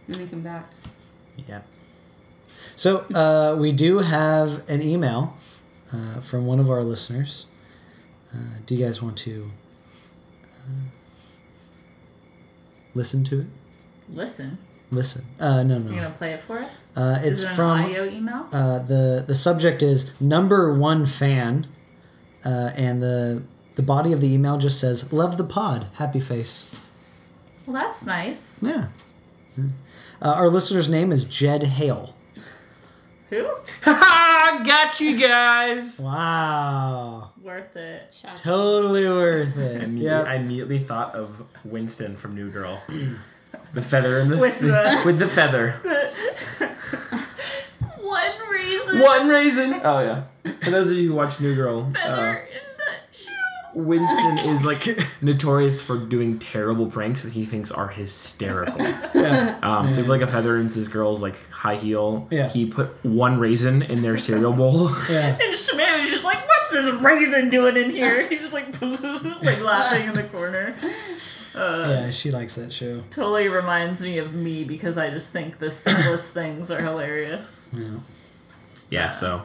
B: When we come back.
D: Yeah. So uh, we do have an email uh, from one of our listeners. Uh, do you guys want to uh, listen to it?
A: Listen,
D: Listen. Uh, no,
A: you
D: no.
A: gonna play it for us?
D: Uh, it's
A: Is it an
D: from
A: audio email.
D: uh, the the subject is number one fan, uh, and the the body of the email just says "Love the pod, happy face."
A: Well, that's nice.
D: Yeah. Yeah. Uh, our listener's name is Jed Hale.
A: Who?
C: Ha! Got you guys.
D: Wow.
A: Worth it.
B: Shout
D: Totally worth
C: I
D: it.
C: immediately, I
D: Yeah.
C: immediately thought of Winston from New Girl. The feather in the
A: With the-
C: with the feather.
A: One reason.
C: One raisin. Oh yeah. For those of you who watch New Girl, uh,
A: feather in the shoe.
C: Winston is like notorious for doing terrible pranks that he thinks are hysterical.
D: yeah.
C: Um, so like a feather in this girl's like high heel.
D: Yeah.
C: He put one raisin in their cereal bowl.
D: Yeah.
A: And Shemaya was just like, "What's this raisin doing in here?" He's just like, like laughing in the corner. Uh,
D: Yeah, she likes that show.
A: Totally reminds me of me because I just think the simplest things are hilarious.
D: Yeah.
C: yeah. So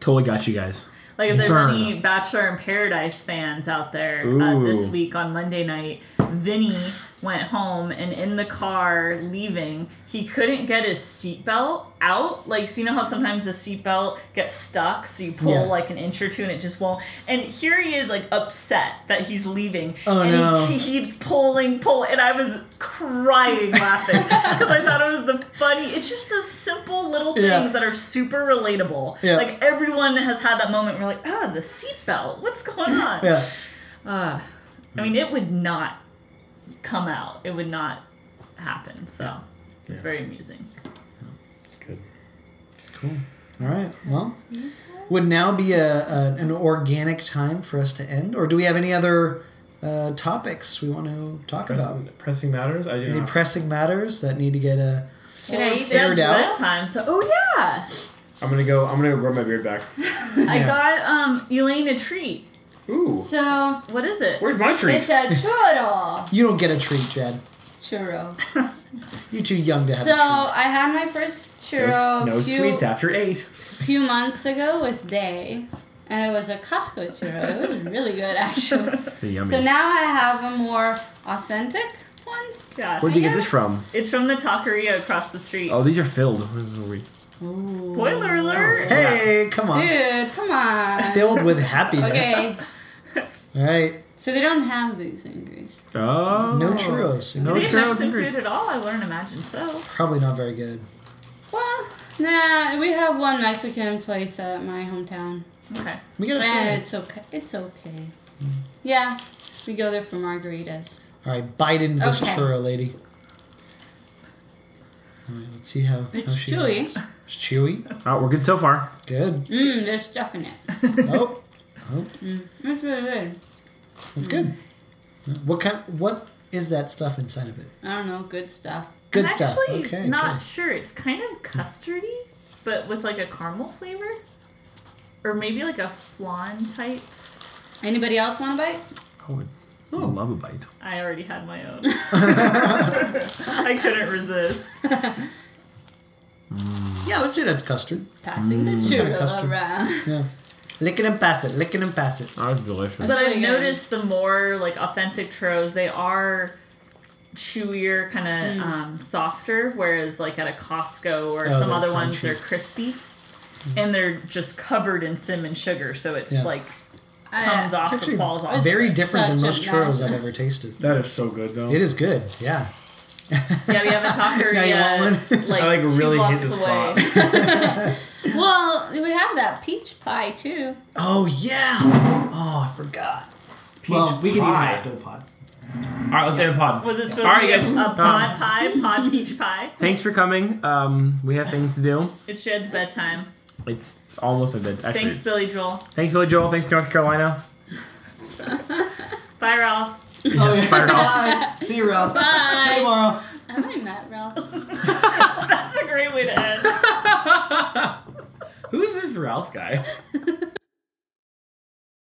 C: totally got you guys.
A: Like if there's
C: Burn.
A: any Bachelor in Paradise fans out there uh, this
C: Ooh.
A: week on Monday night, Vinny went home and in the car leaving, he couldn't get his seatbelt out. Like so you know how sometimes the seatbelt gets stuck, so you pull
D: Yeah.
A: like an inch or two and it just won't. And here he is like upset that he's leaving,
D: Oh,
A: and
D: no.
A: he, he keeps pulling, pulling, and I was crying laughing because I thought it was the funny. It's just those simple little things
D: Yeah.
A: that are super relatable.
D: Yeah.
A: Like everyone has had that moment where like, ah, the seatbelt. What's going on?
D: Yeah.
A: Ah. I mean, it would not come out. It would not happen. So it's
C: Yeah.
A: very amusing.
C: Good.
D: Cool. All right. Well, would now be a, a an organic time for us to end, or do we have any other uh, topics we want to talk about?
C: Pressing, pressing matters. I do
D: Any
C: not-
D: pressing matters that need to get uh, a?
B: Should I eat
A: it's
B: this?
D: Aired out?
A: bedtime, so oh yeah,
C: I'm gonna go. I'm gonna grow my beard back.
A: I
D: Yeah.
A: got um Elaine a treat.
C: Ooh.
B: So
A: What is it?
C: Where's my
B: it's
C: treat?
B: a churro.
D: You don't get a treat, Jed.
B: Churro.
D: You're too young to have
B: So
D: a treat.
B: I had my first churro
C: There's
B: a
C: no
B: few,
C: sweets after eight.
B: few months ago with Day, and it was a Costco churro. It was really good actually.
C: Yummy.
B: so now I have a more authentic one.
A: Yeah,
C: Where'd you get
B: I
C: this
B: guess-
C: from?
A: it's from the taqueria across the street.
C: Oh, these are filled. This is weird.
A: Spoiler alert!
D: hey, come on.
B: Dude, come on.
D: Filled with happiness.
B: okay,
D: All right.
B: so they don't have these in Greece.
C: Oh.
D: No churros.
A: They
C: No
A: didn't have
C: churros
A: some food
C: in Greece.
A: at all. I learned. Imagine so.
D: Probably not very good.
B: Well, nah, we have one Mexican place at my hometown.
A: Okay.
D: We gotta
B: Yeah,
D: try.
B: it's okay. It's okay.
D: Hmm.
B: Yeah, we go there for margaritas.
D: All right, Biden versus
B: Okay.
D: churro lady. All right, let's see how.
B: It's
D: how Oh, she
B: chewy.
D: does. It's chewy.
C: Oh, we're good so far.
D: Good.
B: Mmm, there's stuff in it.
D: Oh, oh,
B: That's Mm, really good.
D: that's good. What kind? What is that stuff inside of it?
B: I don't know, good stuff.
D: Good
A: I'm
D: stuff.
A: Actually,
D: Okay.
A: not sure. It's kind of custardy, but with like a caramel flavor, or maybe like a flan type.
B: Anybody else want a bite?
C: Oh, I
D: Oh.
C: love a bite.
A: I already had my own. I couldn't resist.
D: Good. Yeah, let's say that's custard.
B: Passing the
D: Kinda
B: churro
D: custard.
B: around.
D: Yeah. Lick it and pass it. Lick it and pass it.
C: That was Oh, delicious.
A: But I've
B: really good.
A: noticed the more like authentic churros, they are chewier, kind of um, softer, whereas like at a Costco or
D: Oh,
A: some
D: they're
A: other ones,
D: crunchy. Mm-hmm.
A: they're crispy and they're just covered in cinnamon sugar, so it's
D: Yeah.
A: like
B: I-
A: comes off
D: It's actually
A: and falls off.
B: It's
D: Very different than
B: such a
D: most churros
B: mess.
D: I've ever tasted.
C: That is so good though.
D: It is good. Yeah.
A: yeah, we haven't talked her
D: Now you
A: yet.
D: want
A: Like,
C: I like
A: two
C: really hit
A: blocks
C: the
A: away.
C: spot.
B: Well, we have that peach pie too.
D: Oh yeah. Oh, I forgot. well, we can eat it
C: pie.
D: after the pod.
C: All right, let's end the pod.
A: Was it supposed
C: All right,
A: to be
C: guys.
A: a pod pie, pod peach pie?
C: Thanks for coming. Um, we have things to do.
A: It's Jed's bedtime.
C: It's almost my bed. Actually,
A: Thanks, Billy Joel.
C: Thanks, Billy Joel. Thanks, North Carolina.
A: Bye, Ralph.
D: Oh yeah.
C: Bye,
D: Bye. See you, Ralph. See you tomorrow.
B: Am I not Ralph?
A: That's a great way to end.
C: Who's this Ralph guy?